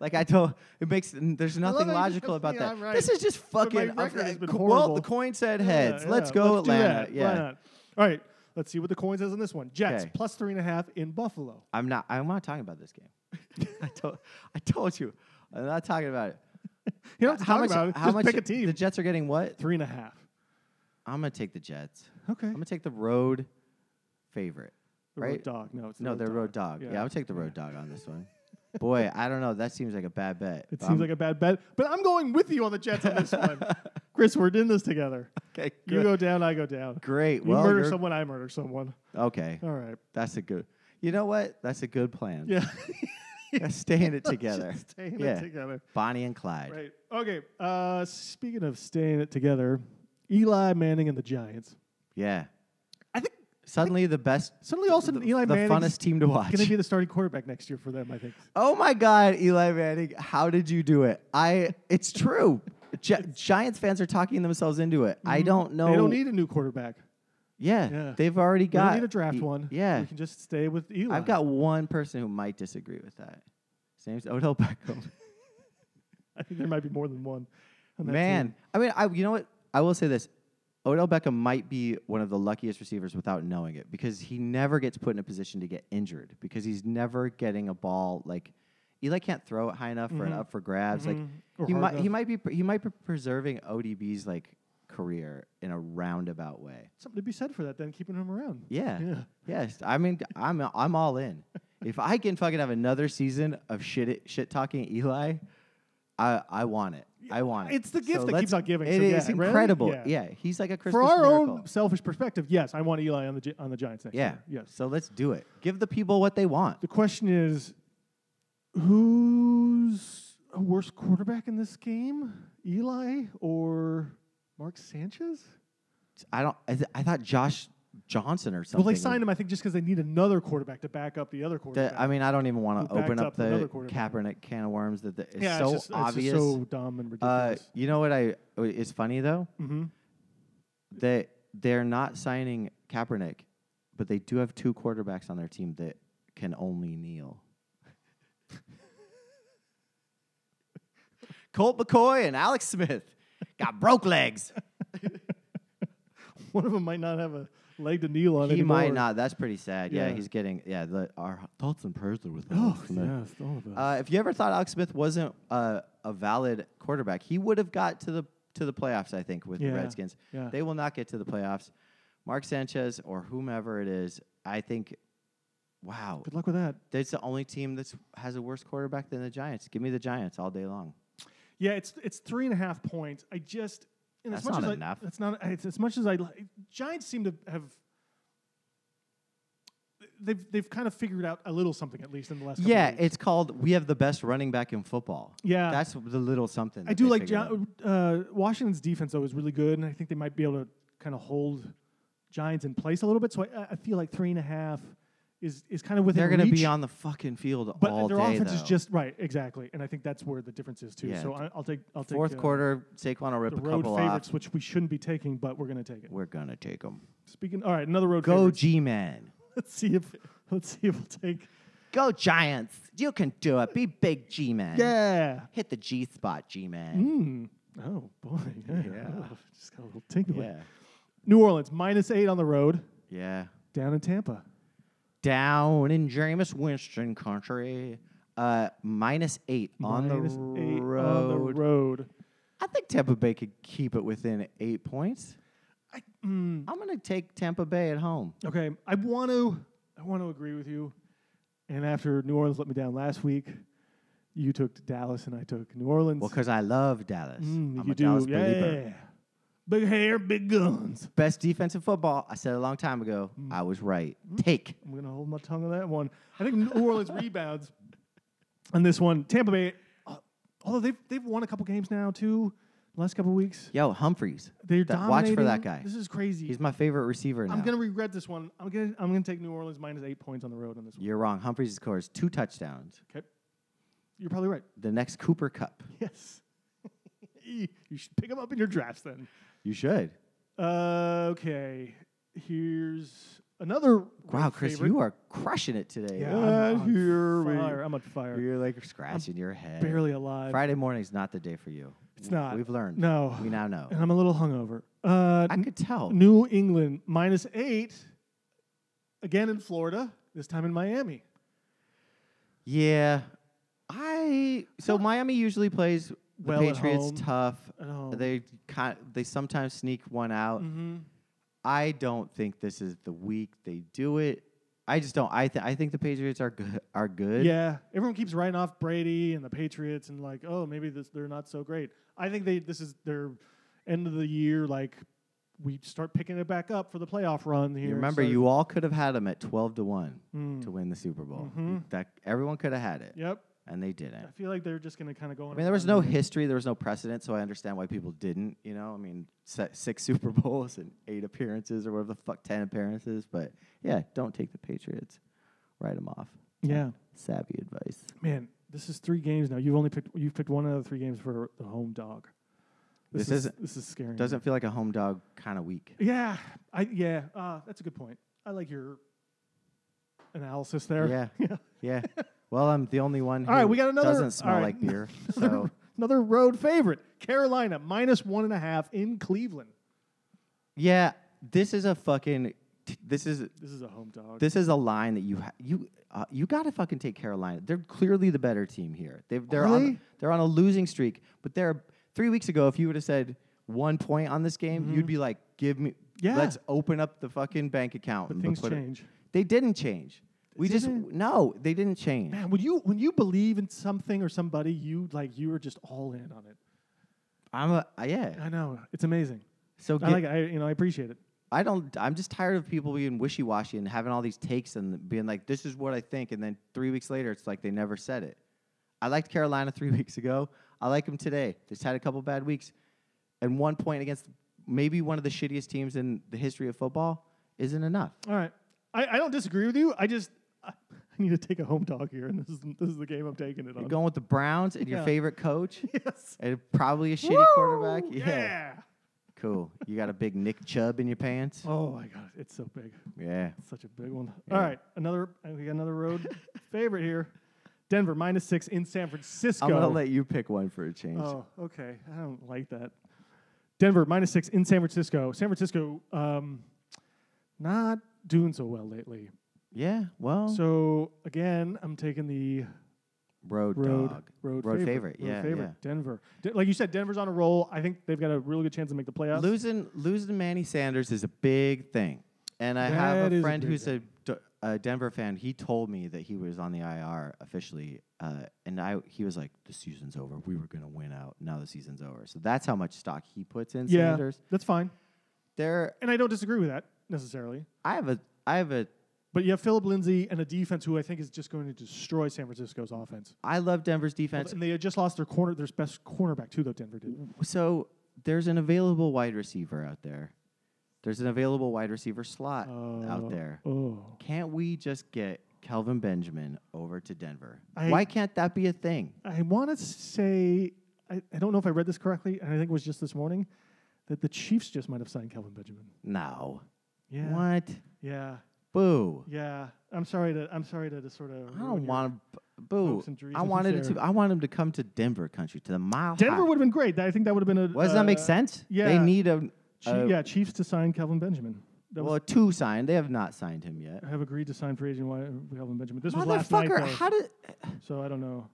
S1: like I don't. It makes there's
S2: love
S1: nothing
S2: how you just
S1: logical
S2: kept
S1: about
S2: saying,
S1: that.
S2: "I'm right."
S1: This is just
S2: But my
S1: fucking.
S2: record has been
S1: well,
S2: horrible.
S1: the coin said heads.
S2: Yeah,
S1: let's
S2: yeah,
S1: go
S2: do
S1: Atlanta.
S2: that. Why
S1: Yeah.
S2: not? All right. Let's see what the coin says on this one. Jets
S1: Okay.
S2: plus three and a half in Buffalo.
S1: I'm not. I'm not talking about this game. I told. I told you. I'm not talking about it.
S2: You don't have to
S1: how
S2: talk
S1: much?
S2: about it.
S1: How
S2: just
S1: much?
S2: pick a team.
S1: The Jets are getting what?
S2: three and a half.
S1: I'm gonna take the Jets.
S2: Okay.
S1: I'm gonna take the road favorite.
S2: The
S1: right?
S2: road dog. No, it's the
S1: No,
S2: road
S1: they're
S2: dog.
S1: road dog. Yeah,
S2: Yeah.
S1: I'll take the road dog on this one. Boy, I don't know. That seems like a bad bet. Um,
S2: It seems like a bad bet, but I'm going with you on the Jets on this one. Chris, we're in this together.
S1: okay.
S2: You go down, I go down.
S1: Great.
S2: You
S1: well,
S2: murder
S1: you're-
S2: someone, I murder someone.
S1: okay.
S2: All right.
S1: That's a good. You know what? That's a good plan.
S2: Yeah.
S1: That's staying it together.
S2: Just staying
S1: yeah.
S2: it together.
S1: Bonnie and Clyde.
S2: Right. Okay. Uh, speaking of staying it together, Eli Manning and the Giants.
S1: Yeah.
S2: I think
S1: Suddenly the best,
S2: suddenly all of a sudden Eli
S1: the
S2: Manning's
S1: funnest team to watch.
S2: going to be the starting quarterback next year for them. I think.
S1: oh my God, Eli Manning, how did you do it? I. It's true. Gi- Giants fans are talking themselves into it. I don't know.
S2: Mm-hmm. They don't need a new quarterback.
S1: Yeah,
S2: Yeah.
S1: they've already
S2: They don't
S1: got.
S2: need a draft
S1: y-
S2: one.
S1: Yeah,
S2: We can just stay with Eli.
S1: I've got one person who might disagree with that. His name's Odell Beckham.
S2: I think there might be more than one. on that
S1: Man,
S2: team.
S1: I mean, I you know what? I will say this: Odell Beckham might be one of the luckiest receivers without knowing it because he never gets put in a position to get injured because he's never getting a ball like Eli can't throw it high enough for an up for grabs.
S2: Mm-hmm. Or
S1: Like he
S2: hard
S1: might he
S2: enough.
S1: might be pre- he might be preserving ODB's like career in a roundabout way.
S2: something to be said for that. Then keeping him around.
S1: Yeah.
S2: Yeah.
S1: Yes. I mean, I'm I'm all in. If I can fucking have another season of shit shit talking Eli, I I want it. I want it.
S2: It's the gift that
S1: let's-
S2: keeps on giving,
S1: It
S2: so yeah,
S1: is
S2: right?
S1: incredible.
S2: Yeah.
S1: Yeah. He's like a Christmas
S2: for our
S1: miracle.
S2: own selfish perspective, yes, I want Eli on the Gi- on the Giants next
S1: yeah.
S2: year. Yes.
S1: So let's do it. Give the people what they want.
S2: The question is, who's a worse quarterback in this game, Eli or Mark Sanchez?
S1: I don't. I, th- I thought Josh Johnson or something.
S2: Well, they signed him, I think, just because they need another quarterback to back up the other quarterback.
S1: That- I mean, I don't even want to
S2: Who backed
S1: open
S2: up
S1: up
S2: another
S1: the
S2: quarterback.
S1: Kaepernick can of worms. That the, it's
S2: yeah,
S1: so
S2: it's just, it's just
S1: obvious.
S2: so dumb and
S1: uh,
S2: ridiculous.
S1: you know what I is funny though?
S2: mm-hmm.
S1: that they're not signing Kaepernick, but they do have two quarterbacks on their team that can only kneel. Colt McCoy and Alex Smith got broke legs.
S2: One of them might not have a leg to kneel on.
S1: He might
S2: anymore.
S1: not. That's pretty sad. Yeah,
S2: Yeah.
S1: he's getting yeah. The, our thoughts and prayers are with
S2: Oh,
S1: Alex Smith.
S2: yes, all of us.
S1: Uh, if you ever thought Alex Smith wasn't uh, a valid quarterback, he would have got to the to the playoffs. I think with
S2: Yeah,
S1: the Redskins,
S2: yeah.
S1: they will not get to the playoffs. Mark Sanchez or whomever it is, I think. Wow,
S2: Good luck with that.
S1: that's the only team that has a worse quarterback than the Giants. Give me the Giants all day long.
S2: Yeah, it's it's three and a half points. I just and as
S1: That's
S2: much
S1: not
S2: as
S1: enough.
S2: I, that's not it's as much as I li- Giants seem to have they've they've kind of figured out a little something at least in the last. Couple
S1: Yeah,
S2: of weeks.
S1: it's called we have the best running back in football.
S2: Yeah.
S1: that's the little something.
S2: I do like Gi- uh, Washington's defense though is really good, and I think they might be able to kind of hold Giants in place a little bit. So I, I feel like three and a half is is kind of within
S1: They're going to
S2: reach,
S1: be on the fucking field
S2: but
S1: all
S2: their
S1: day.
S2: offense is
S1: though.
S2: just right exactly, and I think that's where the difference is too.
S1: Yeah.
S2: So I, I'll take I'll take
S1: fourth
S2: uh,
S1: quarter. Saquon will rip
S2: The
S1: a
S2: road
S1: couple
S2: favorites,
S1: off.
S2: which we shouldn't be taking, but we're going to take it.
S1: We're gonna take them.
S2: Speaking, all right, another road.
S1: Go
S2: favorite.
S1: G-Man.
S2: Let's see if let's see if we'll take.
S1: Go Giants. You can do it. Be big G man.
S2: Yeah.
S1: Hit the G spot, G man.
S2: Hmm. Oh boy. Yeah.
S1: Yeah.
S2: Oh, just got a little tingly.
S1: Yeah.
S2: New Orleans minus eight on the road.
S1: Yeah.
S2: Down in Tampa.
S1: Down in Jameis Winston country. Uh, minus eight on the
S2: Minus eight
S1: road.
S2: on the road.
S1: I think Tampa Bay could keep it within eight points.
S2: I, mm,
S1: I'm gonna take Tampa Bay at home.
S2: okay. I want to. I want to agree with you. And after New Orleans let me down last week, you took Dallas and I took New Orleans.
S1: Well, because I love Dallas.
S2: Mm,
S1: I'm
S2: you
S1: a Dallas
S2: do.
S1: believer.
S2: Yeah. Big hair, big guns.
S1: Best defense in football. I said a long time ago.
S2: Mm.
S1: I was right. Take.
S2: I'm gonna hold my tongue on that one. I think New Orleans rebounds on this one. Tampa Bay, uh, although they've they've won a couple games now too, the last couple weeks.
S1: Yo, Humphreys.
S2: They're
S1: That- watch
S2: dominating.
S1: for that guy.
S2: This is crazy.
S1: He's my favorite receiver now.
S2: I'm gonna regret this one. I'm gonna I'm gonna take New Orleans minus eight points on the road on this one.
S1: You're wrong. Humphreys scores two touchdowns.
S2: Okay. You're probably right.
S1: The next Cooper Cup.
S2: Yes. you should pick them up in your drafts then.
S1: You should.
S2: Uh, okay. Here's another.
S1: Wow, Chris, you are crushing it today.
S2: Yeah,
S1: Ah,
S2: I'm on
S1: here we-
S2: fire. I'm on fire.
S1: You're like scratching your head.
S2: Barely alive.
S1: Friday morning's not the day for you.
S2: It's not.
S1: We've learned.
S2: No.
S1: We now know.
S2: And I'm a little hungover. Uh,
S1: I could tell.
S2: New England minus eight. Again in Florida. This time in Miami.
S1: Yeah. I so Miami usually plays the
S2: Well at
S1: Patriots
S2: home.
S1: tough.
S2: At home. Mm-hmm.
S1: They kind they sometimes sneak one out. I don't think this is the week they do it. I just don't. I th- I think the Patriots are good. Are good.
S2: Yeah, everyone keeps writing off Brady and the Patriots and like, oh, maybe this, they're not so great. I think they this is their end of the year. Like, we start picking it back up for the playoff run here.
S1: You remember,
S2: so-
S1: you all could have had them at twelve to one to win the Super Bowl. That everyone could have had it,
S2: Mm. Mm-hmm. Yep.
S1: and they
S2: I
S1: didn't.
S2: feel like they're just gonna kind of go.
S1: I mean, there was no history, there was no precedent, so I understand why people didn't. You know, I mean, se- six Super Bowls and eight appearances or whatever the fuck, ten appearances. But yeah, don't take the Patriots. Write them off.
S2: Yeah,
S1: Savvy advice.
S2: man, this is three games now. You've only picked you've picked one out of three games for the home dog.
S1: This
S2: is
S1: isn't-
S2: this is scary.
S1: Doesn't feel like a home dog kind of week.
S2: Yeah, I yeah. Uh, that's a good point. I like your analysis there.
S1: Yeah.
S2: yeah.
S1: Yeah. well, I'm the only one who
S2: All right, we got another-
S1: doesn't
S2: all
S1: smell
S2: right.
S1: like beer.
S2: Another,
S1: so
S2: another road favorite, Carolina minus one and a half in Cleveland.
S1: yeah, this is a fucking. t- This is
S2: This is a home dog.
S1: this is a line that you ha- you uh, you got to fucking take Carolina. They're clearly the better team here. They've, they're
S2: Really?
S1: on they're on a losing streak, but they're three weeks ago. If you would have said one point on this game, you'd be like, "Give me,
S2: Mm-hmm. Yeah.
S1: let's open up the fucking bank account."
S2: But
S1: and
S2: things
S1: put it-
S2: change.
S1: They didn't change. We just no, they didn't change.
S2: Man, when you when you believe in something or somebody, you like you are just all in on it.
S1: I'm a uh, yeah.
S2: I know it's amazing.
S1: So
S2: I
S1: get,
S2: like it. I, you know I appreciate it.
S1: I don't. I'm just tired of people being wishy washy and having all these takes and being like, "This is what I think," and then three weeks later, it's like they never said it. I liked Carolina three weeks ago. I like them today. They've had a couple bad weeks, and one point against maybe one of the shittiest teams in the history of football isn't enough.
S2: All right, I, I don't disagree with you. I just I, I need to take a home dog here, and this is this is the game I'm taking it on.
S1: You're going with the Browns and
S2: Yeah.
S1: your favorite coach,
S2: yes.
S1: and probably a shitty
S2: Woo!
S1: quarterback.
S2: Yeah.
S1: cool. You got a big Nick Chubb in your pants.
S2: Oh my god, it's so big.
S1: Yeah,
S2: Such a big one.
S1: Yeah.
S2: All right, another I think another road favorite here. Denver minus six in San Francisco.
S1: I'm gonna let you pick one for a change.
S2: oh, okay. I don't like that. Denver minus six in San Francisco. San Francisco, um, not doing so well lately.
S1: Yeah, well,
S2: So again, I'm taking the
S1: road,
S2: road
S1: dog,
S2: road,
S1: favorite.
S2: road
S1: Yeah,
S2: favorite.
S1: yeah.
S2: Denver. De- like you said, Denver's on a roll. I think they've got a really good chance to make the playoffs.
S1: Losing losing Manny Sanders is a big thing, and I
S2: That
S1: have
S2: is a
S1: a friend
S2: big
S1: who's a, D- a Denver fan. He told me that he was on the IR officially, uh, and I he was like, "The season's over. We were gonna win out. Now the season's over." So that's how much stock he puts in
S2: yeah,
S1: Sanders.
S2: that's fine,
S1: There,
S2: and I don't disagree with that necessarily.
S1: I have a I have a
S2: But you have Philip Lindsay and a defense who I think is just going to destroy San Francisco's offense.
S1: I love Denver's defense.
S2: and they had just lost their corner, their best cornerback too, though Denver did.
S1: So there's an available wide receiver out there. There's an available wide receiver slot
S2: Oh.
S1: out there.
S2: Oh,
S1: Can't we just get Kelvin Benjamin over to Denver?
S2: I-
S1: Why can't that be a thing?
S2: I want to say I, I don't know if I read this correctly, and I think it was just this morning that the Chiefs just might have signed Kelvin Benjamin.
S1: No.
S2: Yeah,
S1: What?
S2: yeah,
S1: Boo.
S2: yeah. I'm sorry to I'm sorry to, to sort of.
S1: I don't want to. Boo.
S2: hopes and dreams
S1: I wanted it
S2: there.
S1: to. I want him to come to Denver country, to the mile.
S2: Denver
S1: High.
S2: would have been great. That- I think that would have been a.
S1: Well, does that make
S2: uh,
S1: sense? They
S2: yeah.
S1: need a.
S2: Chi-
S1: a-
S2: yeah, Chiefs to sign Kelvin Benjamin. That
S1: Well,
S2: was,
S1: a two signed. They have not signed him yet.
S2: have agreed to sign free agent Wy- Kelvin Benjamin. This was last night,
S1: Motherfucker!
S2: though,
S1: How did?
S2: so I don't know.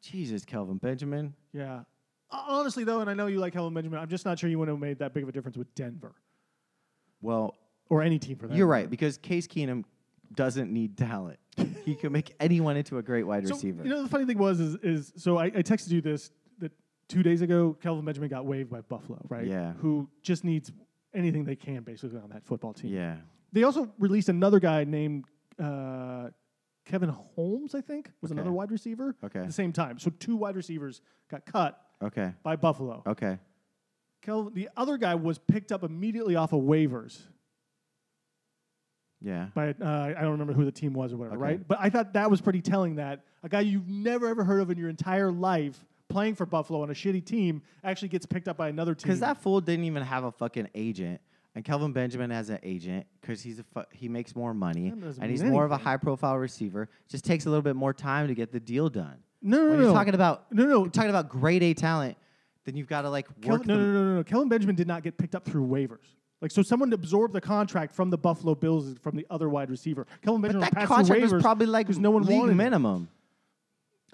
S1: Jesus, Kelvin Benjamin.
S2: Yeah. Ho- Honestly, though, and I know you like Helen Benjamin, I'm just not sure you wouldn't have made that big of a difference with Denver
S1: Well,
S2: or any team for that.
S1: you're right because Case Keenum doesn't need talent. he can make anyone into a great wide
S2: So,
S1: receiver.
S2: You know, the funny thing was is, is so I, I texted you this that two days ago, Kelvin Benjamin got waived by Buffalo, right?
S1: Yeah.
S2: Who just needs anything they can basically on that football team.
S1: yeah.
S2: They also released another guy named uh, Kevin Holmes, I think, was
S1: Okay.
S2: another wide receiver.
S1: Okay.
S2: At the same time, so two wide receivers got cut
S1: Okay.
S2: by Buffalo.
S1: Okay.
S2: Kelvin, the other guy was picked up immediately off of waivers.
S1: Yeah.
S2: by uh, I don't remember who the team was or whatever,
S1: Okay.
S2: right? But I thought that was pretty telling that a guy you've never ever heard of in your entire life playing for Buffalo on a shitty team actually gets picked up by another team.
S1: Because that fool didn't even have a fucking agent. And Kelvin Benjamin has an agent because he's a fu- he makes more money
S2: That doesn't
S1: and
S2: mean
S1: he's more of a
S2: anything.
S1: high profile receiver. Just takes a little bit more time to get the deal done.
S2: no, no,
S1: when
S2: no,
S1: you're
S2: no.
S1: talking about
S2: no, no,
S1: you're talking about grade A talent, then you've got to like
S2: Kel-
S1: work.
S2: no,
S1: the-
S2: no, no, no, no. Kellen Benjamin did not get picked up through waivers. Like so, someone absorbed the contract from the Buffalo Bills from the other wide receiver. Kellen
S1: But
S2: Benjamin
S1: that
S2: passed
S1: contract
S2: through waivers
S1: was probably like
S2: 'cause no one
S1: league
S2: wanted him.
S1: minimum.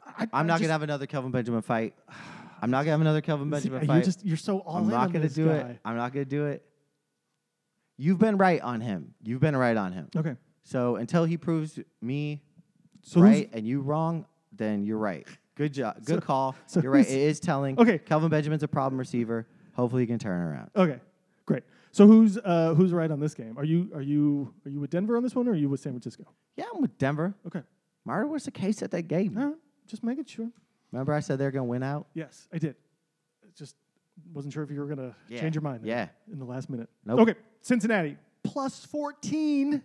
S2: I,
S1: I'm not
S2: just-
S1: gonna have another Kelvin Benjamin fight. I'm not gonna have another Kelvin
S2: see,
S1: Benjamin
S2: You're
S1: fight.
S2: just you're so all
S1: I'm
S2: in
S1: not
S2: on
S1: gonna
S2: this
S1: do
S2: guy.
S1: it. I'm not gonna do it. You've been right on him. You've been right on him.
S2: Okay,
S1: So until he proves me
S2: so who's-
S1: right and you wrong, then you're right. Good job. Good
S2: So-
S1: call.
S2: so
S1: you're right. It
S2: who's-
S1: is telling.
S2: Okay.
S1: Kelvin Benjamin's a problem receiver. Hopefully he can turn around.
S2: Okay, great. So who's uh, who's right on this game? Are you are you are you with Denver on this one, or are you with San Francisco?
S1: Yeah, I'm with Denver.
S2: Okay,
S1: Marta, what's the case that they gave me?
S2: all right, Uh, just making sure.
S1: Remember I said they're gonna win out?
S2: Yes, I did. Just wasn't sure if you were gonna
S1: Yeah,
S2: change your mind. there
S1: yeah.
S2: in the last minute.
S1: Nope.
S2: Okay, Cincinnati plus fourteen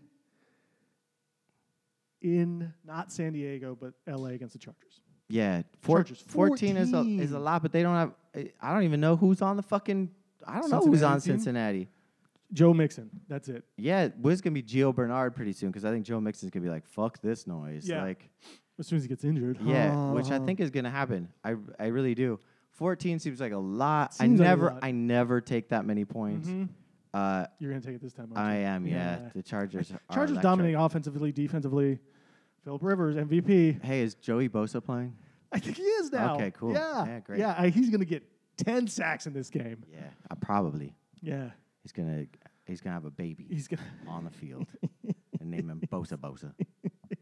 S2: in not San Diego but L.A. against the Chargers.
S1: Yeah. Four,
S2: Chargers,
S1: 14 is a is a
S2: 14.
S1: lot, but they don't have I- I don't even know who's on the fucking I don't know who's
S2: Cincinnati
S1: on
S2: team?
S1: Cincinnati.
S2: Joe Mixon, that's it.
S1: Yeah, Wiz gonna be Gio Bernard pretty soon because I think Joe Mixon's gonna be like, fuck this noise.
S2: Yeah.
S1: Like
S2: As soon as he gets injured.
S1: Yeah, which I
S2: Uh-huh.
S1: think is going to happen. I I really do. 14 seems like a lot.
S2: Seems
S1: I
S2: like a
S1: never
S2: lot.
S1: I never take that many points.
S2: Mhm.
S1: Uh,
S2: you're gonna take it this time. aren't
S1: I
S2: you?
S1: am, yeah. The Chargers are
S2: Chargers
S1: electric.
S2: dominating offensively, defensively. Philip Rivers MVP.
S1: Hey, is Joey Bosa playing?
S2: I think he is now.
S1: Okay, cool.
S2: Yeah,
S1: Yeah, great.
S2: Yeah, I- he's gonna get ten sacks in this game.
S1: Yeah, uh, probably.
S2: Yeah,
S1: He's going to he's going to have a baby
S2: he's gonna
S1: on the field and name him Bosa Bosa.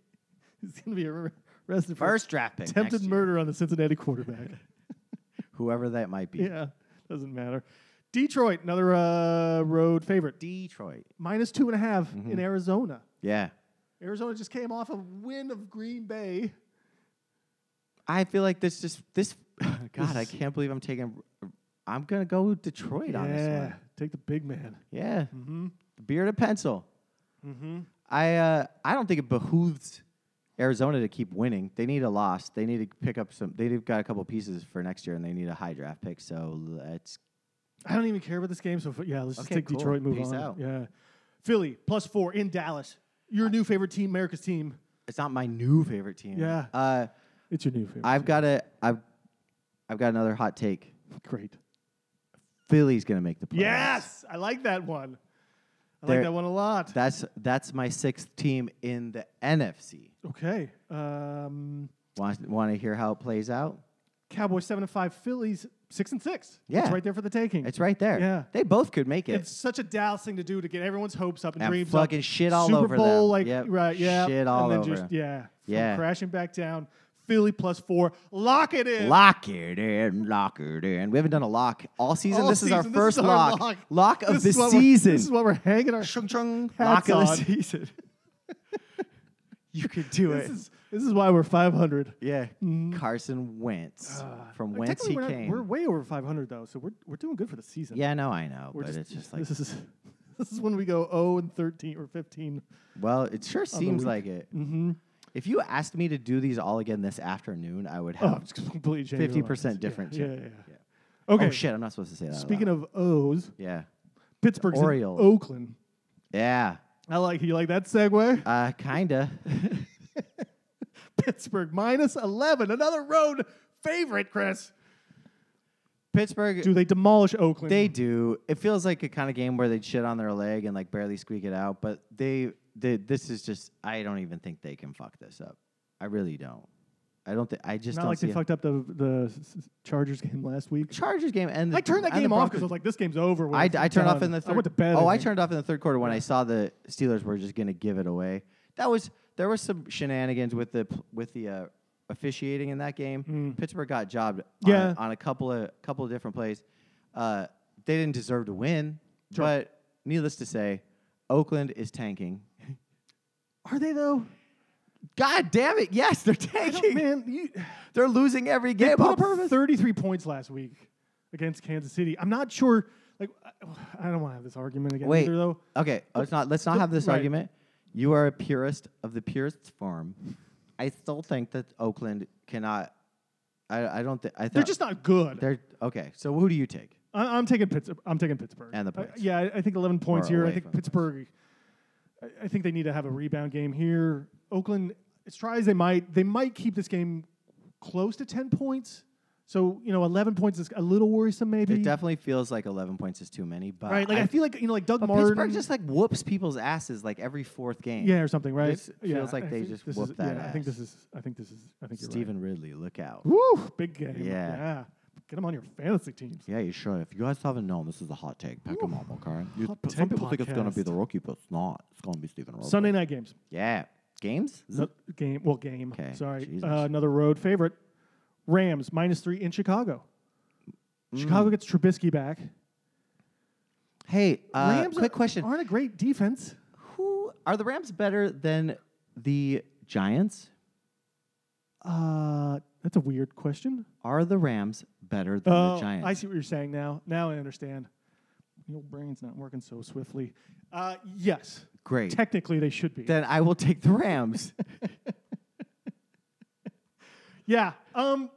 S2: he's gonna be arre- arrested for
S1: First draft pick.
S2: attempted
S1: next year,
S2: murder on the Cincinnati quarterback.
S1: Whoever that might be.
S2: yeah, doesn't matter. Detroit, another uh, road favorite,
S1: Detroit.
S2: minus two and a half
S1: Mm-hmm.
S2: in Arizona.
S1: Yeah.
S2: Arizona just came off a win of Green Bay.
S1: I feel like this just this God, I
S2: This-
S1: can't believe I'm taking I'm going to go with Detroit on this
S2: Yeah,
S1: one.
S2: take the big man.
S1: Yeah.
S2: Mm-hmm.
S1: Beard and pencil.
S2: Mm-hmm.
S1: I uh, I don't think it behooves Arizona to keep winning. They need a loss. They need to pick up some. They've got a couple pieces for next year, and they need a high draft pick. So let's.
S2: I don't even care about this game. So f- yeah, let's just
S1: Okay,
S2: take
S1: cool.
S2: Detroit. Move
S1: Peace
S2: on.
S1: out.
S2: Yeah, Philly plus four in Dallas. Your new favorite team, America's team.
S1: It's not my new favorite team.
S2: Yeah.
S1: Uh,
S2: It's your new favorite.
S1: I've got a. I've. I've got another hot take.
S2: Great.
S1: Philly's gonna make the playoffs.
S2: Yes, I like that one. I
S1: There-
S2: like that one a lot.
S1: That's that's my sixth team in the NFC.
S2: okay. Um,
S1: Want want to hear how it plays out?
S2: Cowboys seven and five. Phillies six and six. it's
S1: Yeah.
S2: right there for the taking.
S1: It's right there.
S2: Yeah.
S1: They both could make it.
S2: It's such a Dallas thing to do to get everyone's hopes up and,
S1: And
S2: dreams
S1: fucking
S2: up.
S1: shit all
S2: Super
S1: over
S2: Bowl,
S1: them.
S2: like
S1: Yep.
S2: right, yeah,
S1: Shit
S2: and
S1: all
S2: then
S1: over
S2: just,
S1: them.
S2: yeah, from
S1: Yeah.
S2: crashing back down. Philly plus four, lock it in.
S1: Lock it in, lock it in. We haven't done a lock all season.
S2: All
S1: this is our
S2: season.
S1: first
S2: our
S1: lock.
S2: lock.
S1: Lock of
S2: This is
S1: the
S2: what we're-
S1: season.
S2: This is what we're hanging our
S1: Chung chung. Lock
S2: hats
S1: of the
S2: on.
S1: season. you could do
S2: This
S1: it.
S2: is this is why we're 500.
S1: yeah. Carson Wentz. from whence
S2: Like, Mm-hmm. Uh, technically
S1: he
S2: we're not-
S1: came.
S2: We're way over 500 though, so we're we're doing good for the season.
S1: yeah, no, I know.
S2: we're
S1: But it's just like,
S2: this is this is when we go 0 and 13 or 15.
S1: well, it sure seems
S2: week.
S1: like it.
S2: Mm-hmm.
S1: If you asked me to do these all again this afternoon, I would
S2: Oh,
S1: have.
S2: it's completely changed.
S1: 50%
S2: Yeah,
S1: different
S2: Yeah, yeah,
S1: change.
S2: yeah.
S1: Yeah.
S2: Okay.
S1: Oh, shit. I'm not supposed to say that. out
S2: Speaking
S1: loud.
S2: of O's,
S1: Yeah.
S2: Pittsburgh's in
S1: Orioles.
S2: Oakland.
S1: Yeah.
S2: I like you like that segue.
S1: Uh, kinda.
S2: Pittsburgh minus 11, another road favorite, Chris.
S1: Pittsburgh.
S2: Do they demolish Oakland?
S1: They do. It feels like a kind of game where they'd shit on their leg and like barely squeak it out. But they, they this is just. I don't even think they can fuck this up. I really don't. I don't think. I just
S2: not
S1: don't
S2: like
S1: see
S2: they fucked up the the s- s- Chargers game last
S1: it.
S2: week.
S1: Chargers game and the,
S2: I turned that
S1: and the
S2: game off because I
S1: Broncos-
S2: was like, this game's over. with.
S1: I,
S2: It's
S1: I turned off
S2: done.
S1: in the third.
S2: I went to bed.
S1: Oh, I
S2: think.
S1: turned off in the third quarter when I saw the Steelers were just gonna give it away. That was there was some shenanigans with the p- with the uh, officiating in that game. Pittsburgh got jobbed. on-
S2: Hmm. Yeah.
S1: On, a couple of couple of different plays. Uh, they didn't deserve to win,
S2: Sure.
S1: but needless to say, Oakland is tanking.
S2: Are they though?
S1: God damn it! Yes, they're
S2: I don't-
S1: tanking.
S2: man, you
S1: They're losing every game
S2: put
S1: on
S2: up
S1: purpose.
S2: 33 points last week against Kansas City. I'm not sure. Like, I- I don't want to have this argument again
S1: Wait.
S2: either though.
S1: Okay, let's not let's not have this
S2: Right.
S1: argument. You are a purist of the purest form. I still think that Oakland cannot. I, I don't think. I
S2: They're
S1: thought-
S2: just not good.
S1: They're okay. So who do you take?
S2: I, I'm taking Pittsburgh. I'm taking Pittsburgh.
S1: And the
S2: I-
S1: points.
S2: yeah, I, I think 11 points
S1: Or
S2: here. I
S1: away
S2: think
S1: from the points.
S2: Pittsburgh. I, I think they need to have a rebound game here. Oakland, as try as they might, they might keep this game close to 10 points. So you know, 11 points is a little worrisome, maybe.
S1: It definitely feels like 11 points is too many, but
S2: right? Like I, feel like you know, like Doug
S1: but
S2: Martin.
S1: Pittsburgh just like whoops people's asses like every fourth game.
S2: yeah, or something, right?
S1: This
S2: yeah,
S1: feels like
S2: I
S1: they
S2: think
S1: just
S2: this
S1: whooped
S2: is,
S1: that
S2: yeah, I think
S1: ass.
S2: this is. I think this is. I think you're right.
S1: Stephen Ridley, look out.
S2: Woo, big game.
S1: Yeah.
S2: yeah. Get them on your fantasy teams.
S1: Yeah, you should. If you guys haven't known, this is a hot take. Pick 'em up, okay? You-
S2: Hot
S1: but some
S2: take
S1: people think it's going to be
S2: podcast.
S1: the rookie, but it's not. It's going to be Stephen Ridley.
S2: Sunday night games.
S1: Yeah. Games?
S2: No, game. Well, game.
S1: 'Kay,
S2: Sorry.
S1: Jesus.
S2: Uh, another road favorite. Rams minus three in Chicago.
S1: Mm.
S2: Chicago gets Trubisky back.
S1: Hey, uh,
S2: Rams
S1: quick
S2: are-
S1: question.
S2: aren't a great defense.
S1: Who are the Rams better than the Giants?
S2: Uh, that's a weird question.
S1: Are the Rams better than
S2: Oh,
S1: the Giants?
S2: I see what you're saying now. Now I understand. Your brain's not working so swiftly. Uh, yes.
S1: Great.
S2: Technically, they should be.
S1: then I will take the Rams.
S2: Yeah. Um,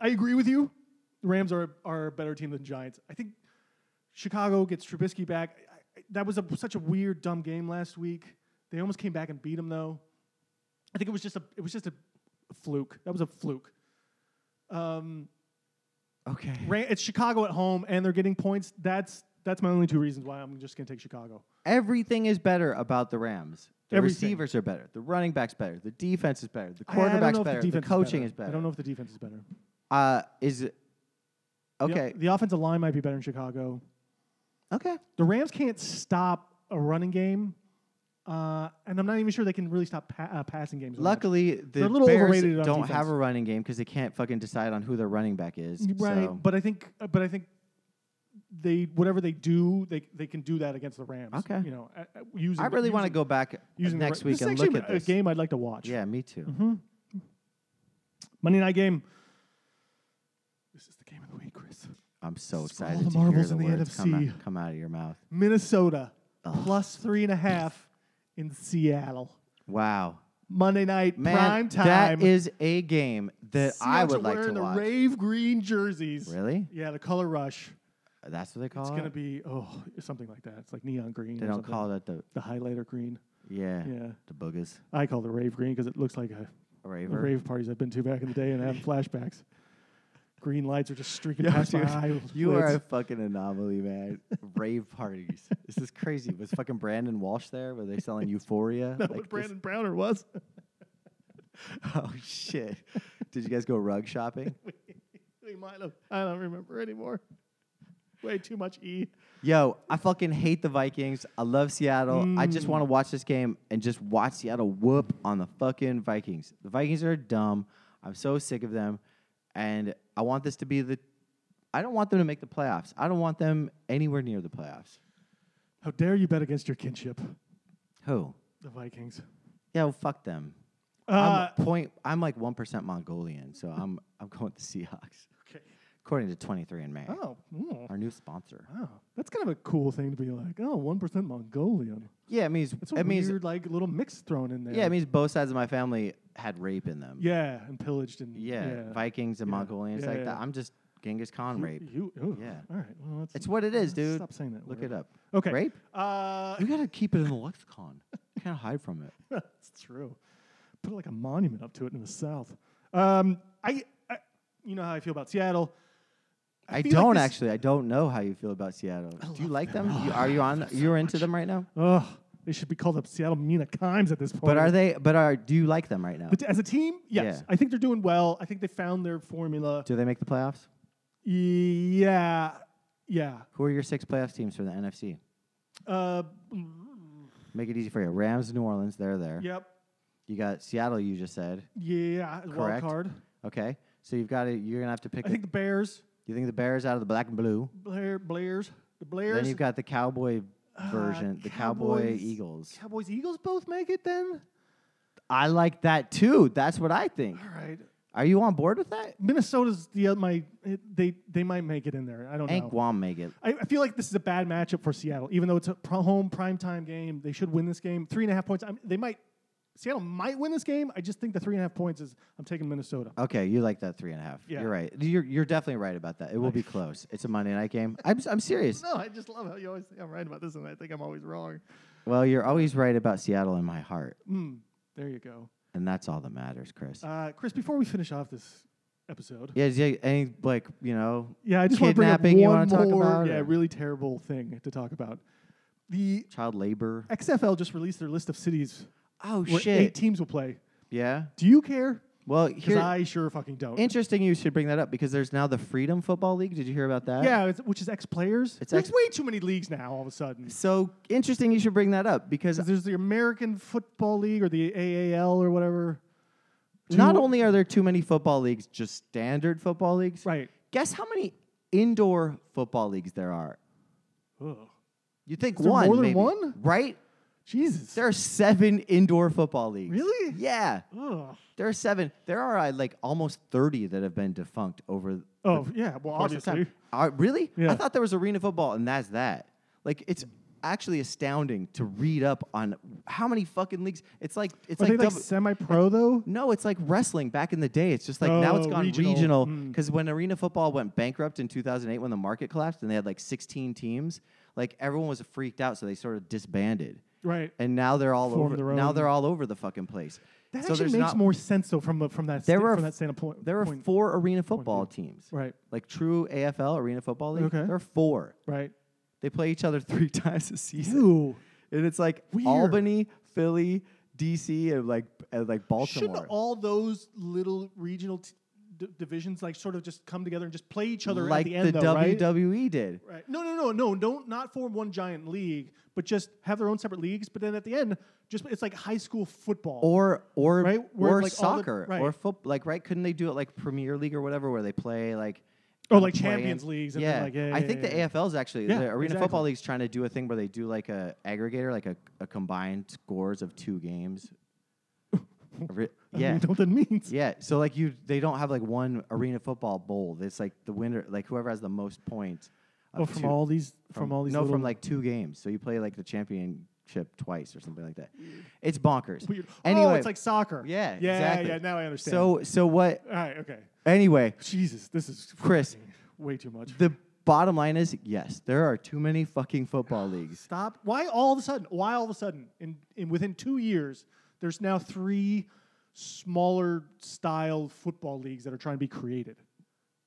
S2: I agree with you. The Rams are, are a better team than Giants. I think Chicago gets Trubisky back. I, I, that was a, such a weird, dumb game last week. They almost came back and beat them, though. I think it was just a it was just a fluke. That was a fluke. Um,
S1: okay.
S2: Ra- it's Chicago at home, and they're getting points. That's that's my only two reasons why I'm just gonna take Chicago.
S1: Everything is better about the Rams. The
S2: Everything.
S1: receivers are better. The running back's better. The defense is better. The
S2: I- I don't
S1: quarterback's
S2: know if
S1: better. The,
S2: defense
S1: coaching is better.
S2: I don't know if the defense is better.
S1: Uh, is it
S2: The-
S1: okay?
S2: the offensive line might be better in Chicago.
S1: Okay.
S2: the Rams can't stop a running game, uh, and I'm not even sure they can really stop pa- uh, passing games. all that much.
S1: Luckily, the
S2: a little
S1: Bears
S2: overrated on
S1: don't
S2: defense.
S1: have a running game because they can't fucking decide on who their running back is.
S2: right?
S1: so-
S2: But I think, but I think they whatever they do, they they can do that against the Rams.
S1: Okay.
S2: you know, uh, uh, using
S1: I really want to
S2: using-
S1: go back
S2: using the
S1: next
S2: Ra-
S1: week
S2: This is
S1: and look
S2: actually
S1: at
S2: a
S1: this.
S2: game Mm-hmm. I'd like to watch.
S1: Yeah, me too.
S2: Monday night game. This is the game of the week, Chris.
S1: I'm so
S2: This is for all
S1: excited
S2: the
S1: to hear
S2: marbles
S1: the
S2: in the
S1: words come
S2: NFC.
S1: out, come out of your mouth.
S2: Minnesota plus three and a half in Seattle.
S1: Wow,
S2: Monday night
S1: man,
S2: prime time.
S1: that is a game that I would like to
S2: wearing
S1: watch.
S2: the rave green jerseys.
S1: Really?
S2: Yeah, the color rush.
S1: That's what they call
S2: It's
S1: it.
S2: gonna be oh something like that. It's like neon green.
S1: they
S2: or
S1: don't
S2: something.
S1: call it the
S2: the highlighter green.
S1: yeah,
S2: Yeah,
S1: the boogers.
S2: I call it rave green because it looks like a,
S1: A
S2: the
S1: raver.
S2: rave parties I've been to back in the day and having flashbacks. Green lights are just streaking
S1: Yo,
S2: past
S1: dude,
S2: my eye.
S1: you are a
S2: lids.
S1: fucking anomaly, man. Rave parties. This is crazy. Was fucking Brandon Walsh there? Were they selling Euphoria?
S2: Know
S1: Like,
S2: what
S1: this-
S2: Brandon Browner was.
S1: Oh shit! Did you guys go rug shopping?
S2: we might have. I don't remember anymore. Way too much E.
S1: Yo, I fucking hate the Vikings. I love Seattle. I just
S2: Mm.
S1: want to watch this game and just watch Seattle whoop on the fucking Vikings. The Vikings are dumb. I'm so sick of them. And I want this to be the. I don't want them to make the playoffs. I don't want them anywhere near the playoffs.
S2: How dare you bet against your kinship,
S1: Who?
S2: the Vikings?
S1: Yo, fuck them.
S2: Uh,
S1: I'm point. I'm like one percent Mongolian, so I'm I'm going with the Seahawks.
S2: okay.
S1: According to 23 in May,
S2: Oh, mm.
S1: our new sponsor.
S2: Wow, that's kind of a cool thing to be like. Oh, one percent Mongolian.
S1: Yeah, it means
S2: That's a
S1: it
S2: weird,
S1: means
S2: like little mix thrown in there.
S1: yeah, it means both sides of my family had rape in them.
S2: yeah, and pillaged and
S1: Yeah, Vikings and
S2: Yeah.
S1: Mongolians
S2: Yeah,
S1: like
S2: yeah,
S1: that.
S2: yeah.
S1: I'm just Genghis Khan rape.
S2: You, you- ooh.
S1: Yeah.
S2: All right. Well, that's,
S1: It's what it is, dude.
S2: Stop saying that.
S1: Look
S2: word.
S1: it up.
S2: Okay.
S1: Rape?
S2: Uh,
S1: You gotta keep it in the lexicon. You can't hide from it.
S2: that's true. Put like a monument up to it in the south. Um, I, I you know how I feel about Seattle.
S1: I,
S2: feel like
S1: don't
S2: this-
S1: actually. I don't know how you feel about Seattle. Do you like them? You, are you on? You're into them right now.
S2: Ugh, they should be called up Seattle Mina Kimes at this point.
S1: But are they? But are do you like them right now?
S2: But as a team, yes,
S1: Yeah.
S2: I think they're doing well. I think they found their formula.
S1: Do they make the playoffs?
S2: Yeah, yeah.
S1: Who are your six playoff teams for the NFC?
S2: Uh,
S1: Make it easy for you. Rams, New Orleans, they're there.
S2: yep.
S1: You got Seattle. You just said.
S2: Yeah, wild
S1: Correct.
S2: card.
S1: Okay, so you've got to. You're gonna have to pick.
S2: I
S1: a-
S2: think the Bears,
S1: you think the Bears out of the black and blue?
S2: Blair, Blairs, the
S1: Then
S2: Blairs.
S1: you've got the cowboy version, the cowboy
S2: Uh, Cowboys-
S1: Eagles.
S2: Cowboys, Eagles both make it then?
S1: I like that too. That's what I think.
S2: All right.
S1: Are you on board with that?
S2: Minnesota's the uh, my it, they they might make it in there. I don't
S1: And
S2: know.
S1: Guam make it.
S2: I, I feel like this is a bad matchup for Seattle, even though it's a pro- home primetime game. They should win this game. Three and a half points. I'm, they might. Seattle might win this game. I just think the three and a half points is. I'm taking Minnesota.
S1: Okay, you like that three and a half.
S2: Yeah.
S1: You're right. You're, you're definitely right about that. It will be close. It's a Monday night game. I'm, s- I'm serious.
S2: No, I just love how you always think I'm right about this, and I think I'm always wrong.
S1: Well, you're always right about Seattle in my heart,
S2: Mm, there you go.
S1: and that's all that matters, Chris.
S2: Uh, Chris, before we finish off this episode,
S1: yeah, is there any like you know
S2: yeah, I just want to bring up one
S1: Kidnapping you wanna talk
S2: more,
S1: about,
S2: yeah,
S1: or-
S2: really terrible thing to talk about. The
S1: child labor?
S2: XFL just released their list of cities
S1: Oh
S2: where eight teams will play.
S1: Yeah.
S2: Do you care?
S1: Well,
S2: Because
S1: here,
S2: I sure fucking don't.
S1: interesting. You should bring that up because there's now the Freedom Football League. Did you hear about that?
S2: yeah, it's, which is ex players.
S1: It's
S2: There's
S1: ex-
S2: way too many leagues now. All of a sudden,
S1: So interesting. You should bring that up because
S2: 'Cause there's the American Football League or the AAL or whatever.
S1: not
S2: Two-
S1: only are there too many football leagues, just standard football leagues.
S2: right.
S1: Guess how many indoor football leagues there are?
S2: Ugh.
S1: You think
S2: Is there
S1: one?
S2: more than
S1: maybe,
S2: one?
S1: Right?
S2: Jesus.
S1: There are seven indoor football leagues.
S2: Really?
S1: Yeah,
S2: Ugh.
S1: there are seven. There are uh, like almost thirty that have been defunct over. the
S2: Oh yeah.
S1: course
S2: Well,
S1: of
S2: obviously.
S1: time. Are- really?
S2: Yeah.
S1: I thought there was arena football, and that's that. Like it's actually astounding to read up on how many fucking leagues. It's like it's
S2: Are
S1: like,
S2: they like
S1: double-
S2: semi pro though?
S1: No, it's like wrestling back in the day. It's just like now it's
S2: Oh,
S1: gone
S2: regional.
S1: regional
S2: Mm.
S1: because when arena football went bankrupt in 2008 when the market collapsed and they had like 16 teams, like everyone was freaked out, so they sort of disbanded.
S2: Right.
S1: And now they're all
S2: Formed
S1: over.
S2: their
S1: Now
S2: own-
S1: they're all over the fucking place.
S2: That
S1: so
S2: actually
S1: there's
S2: makes
S1: not,
S2: more sense though from the, from that
S1: There
S2: sta-
S1: were
S2: from
S1: f-
S2: that standpoint.
S1: There are
S2: point.
S1: four arena football
S2: view.
S1: teams,
S2: Right.
S1: like true AFL arena football league.
S2: Okay.
S1: There are four.
S2: Right.
S1: They play each other three times a season,
S2: Ew.
S1: and it's like
S2: Weird.
S1: Albany, Philly, DC, and like and like Baltimore.
S2: Shouldn't all those little regional t- d- divisions like sort of just come together and just play each other
S1: like
S2: at the end
S1: the E?
S2: though, right?
S1: WWE did.
S2: Right. No, no, no, no. Don't not form one giant league, but just have their own separate leagues. But then at the end, just it's like high school football.
S1: or or
S2: Right? Where,
S1: or
S2: like, all the-
S1: soccer
S2: right.
S1: or football like right couldn't they do it like premier league or whatever where they play like
S2: Oh,
S1: have
S2: like
S1: a play-in?
S2: Champions Leagues and then,
S1: yeah.
S2: like, yeah,
S1: i
S2: yeah,
S1: think
S2: yeah,
S1: the
S2: yeah.
S1: afl's actually
S2: Yeah,
S1: the arena
S2: exactly.
S1: football league's trying to do a thing where they do like a aggregator like a, a combined scores of two games A re-
S2: I
S1: Oh, yeah
S2: don't know what that means.
S1: yeah so like you they don't have like one arena football bowl it's like the winner like whoever has the most points of
S2: Oh, from
S1: two-
S2: all these, from, all these.
S1: no
S2: little-
S1: from like two games so you play like the championship twice or something like that it's bonkers
S2: Mm. Weird.
S1: anyway
S2: oh, it's like soccer.
S1: yeah,
S2: yeah,
S1: exactly.
S2: yeah. Now I understand.
S1: So, so what?
S2: all right, okay.
S1: Anyway,
S2: Jesus, this is
S1: Chris.
S2: fucking Way too much.
S1: the bottom line is yes, there are too many fucking football leagues.
S2: Stop. Why all of a sudden? Why all of a sudden? In, in within two years, there's now three smaller style football leagues that are trying to be created.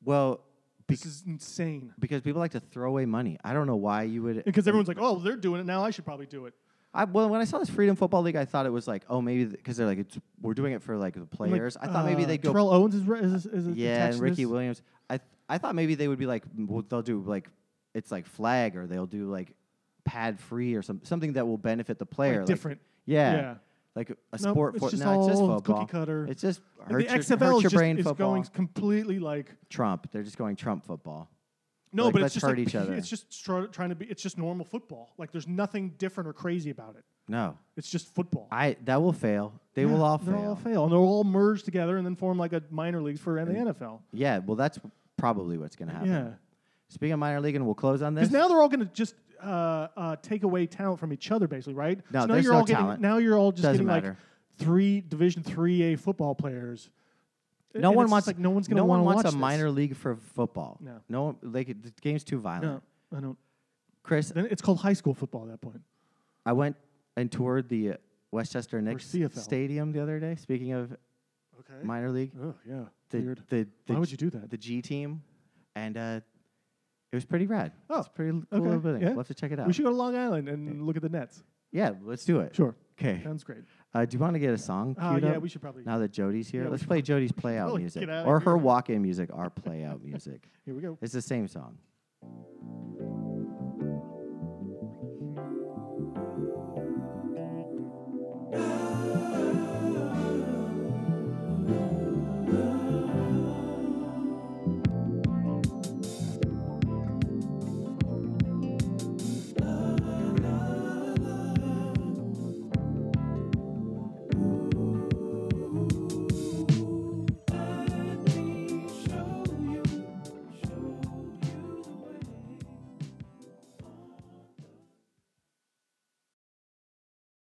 S1: Well,
S2: This is insane.
S1: because people like to throw away money. I don't know why you would.
S2: Because everyone's like, "Oh, they're doing it now. I should probably do it."
S1: I, well, when I saw this Freedom Football League, I thought it was like, oh, maybe because they're like, it's, we're doing it for like the
S2: And, like,
S1: players. I thought maybe
S2: uh,
S1: they'd go,
S2: Terrell Owens is, re- is, is
S1: yeah,
S2: attached
S1: and
S2: to this.
S1: Ricky Williams. I, th- I thought maybe they would be like, "Mm, well, they'll do like, it's like flag or they'll do like pad free or some, something that will benefit the player. like-
S2: different.
S1: Yeah.
S2: Yeah.
S1: Like a- a
S2: Nope,
S1: sport
S2: it's
S1: for
S2: just
S1: no, it's just
S2: all
S1: football.
S2: cookie cutter.
S1: It's just
S2: Like,
S1: hurt your,
S2: the XFL
S1: hurt
S2: is
S1: your
S2: just
S1: brain
S2: is
S1: football.
S2: going completely like
S1: Trump. They're just going Trump football.
S2: no,
S1: Like,
S2: but
S1: let's
S2: it's just
S1: hurt
S2: like,
S1: each other.
S2: It's just stro- trying to be. It's just normal football. Like there's nothing different or crazy about it.
S1: No,
S2: It's just football.
S1: I that will fail. They
S2: Yeah,
S1: will all
S2: they'll
S1: fail.
S2: all fail. And they'll all merge together and then form like a minor leagues for the NFL.
S1: Yeah, well, that's probably what's going to happen.
S2: Yeah.
S1: Speaking of minor league, and we'll close on this.
S2: Because now they're all going to just uh, uh, take away talent from each other, basically, right?
S1: No,
S2: now
S1: there's
S2: you're
S1: no
S2: all getting,
S1: talent.
S2: Now you're all just
S1: Doesn't
S2: getting like
S1: matter.
S2: three Division Three A football players.
S1: no
S2: And
S1: one
S2: it's just
S1: wants
S2: like no one's going to
S1: no one
S2: want
S1: wants
S2: to watch
S1: a minor league for football.
S2: No.
S1: no one, like it- the game's too
S2: This.
S1: violent.
S2: No, I don't.
S1: Chris,
S2: Then it's called high school football at that point.
S1: I went and toured the uh, Westchester Knicks
S2: CFL.
S1: stadium the other day. Speaking of
S2: Okay.
S1: minor league,
S2: oh yeah.
S1: the
S2: Weird.
S1: the, the
S2: Why would
S1: G-
S2: you do that?
S1: the G team, and uh, it was pretty rad.
S2: Oh,
S1: it's a pretty l- cool
S2: okay,
S1: little building.
S2: yeah.
S1: We'll have to check it out.
S2: we should go to Long Island and look at the Nets.
S1: yeah, let's do it.
S2: Sure.
S1: Okay.
S2: Sounds great.
S1: Uh, do you want to get a song?
S2: Uh,
S1: queued
S2: yeah,
S1: up
S2: we should probably.
S1: Now that Jody's here,
S2: Yeah, we
S1: let's
S2: should
S1: play Jody's play out
S2: probably
S1: music
S2: get out of
S1: or her
S2: here.
S1: walk in music, our play out music.
S2: Here we go.
S1: It's the same song.
S2: All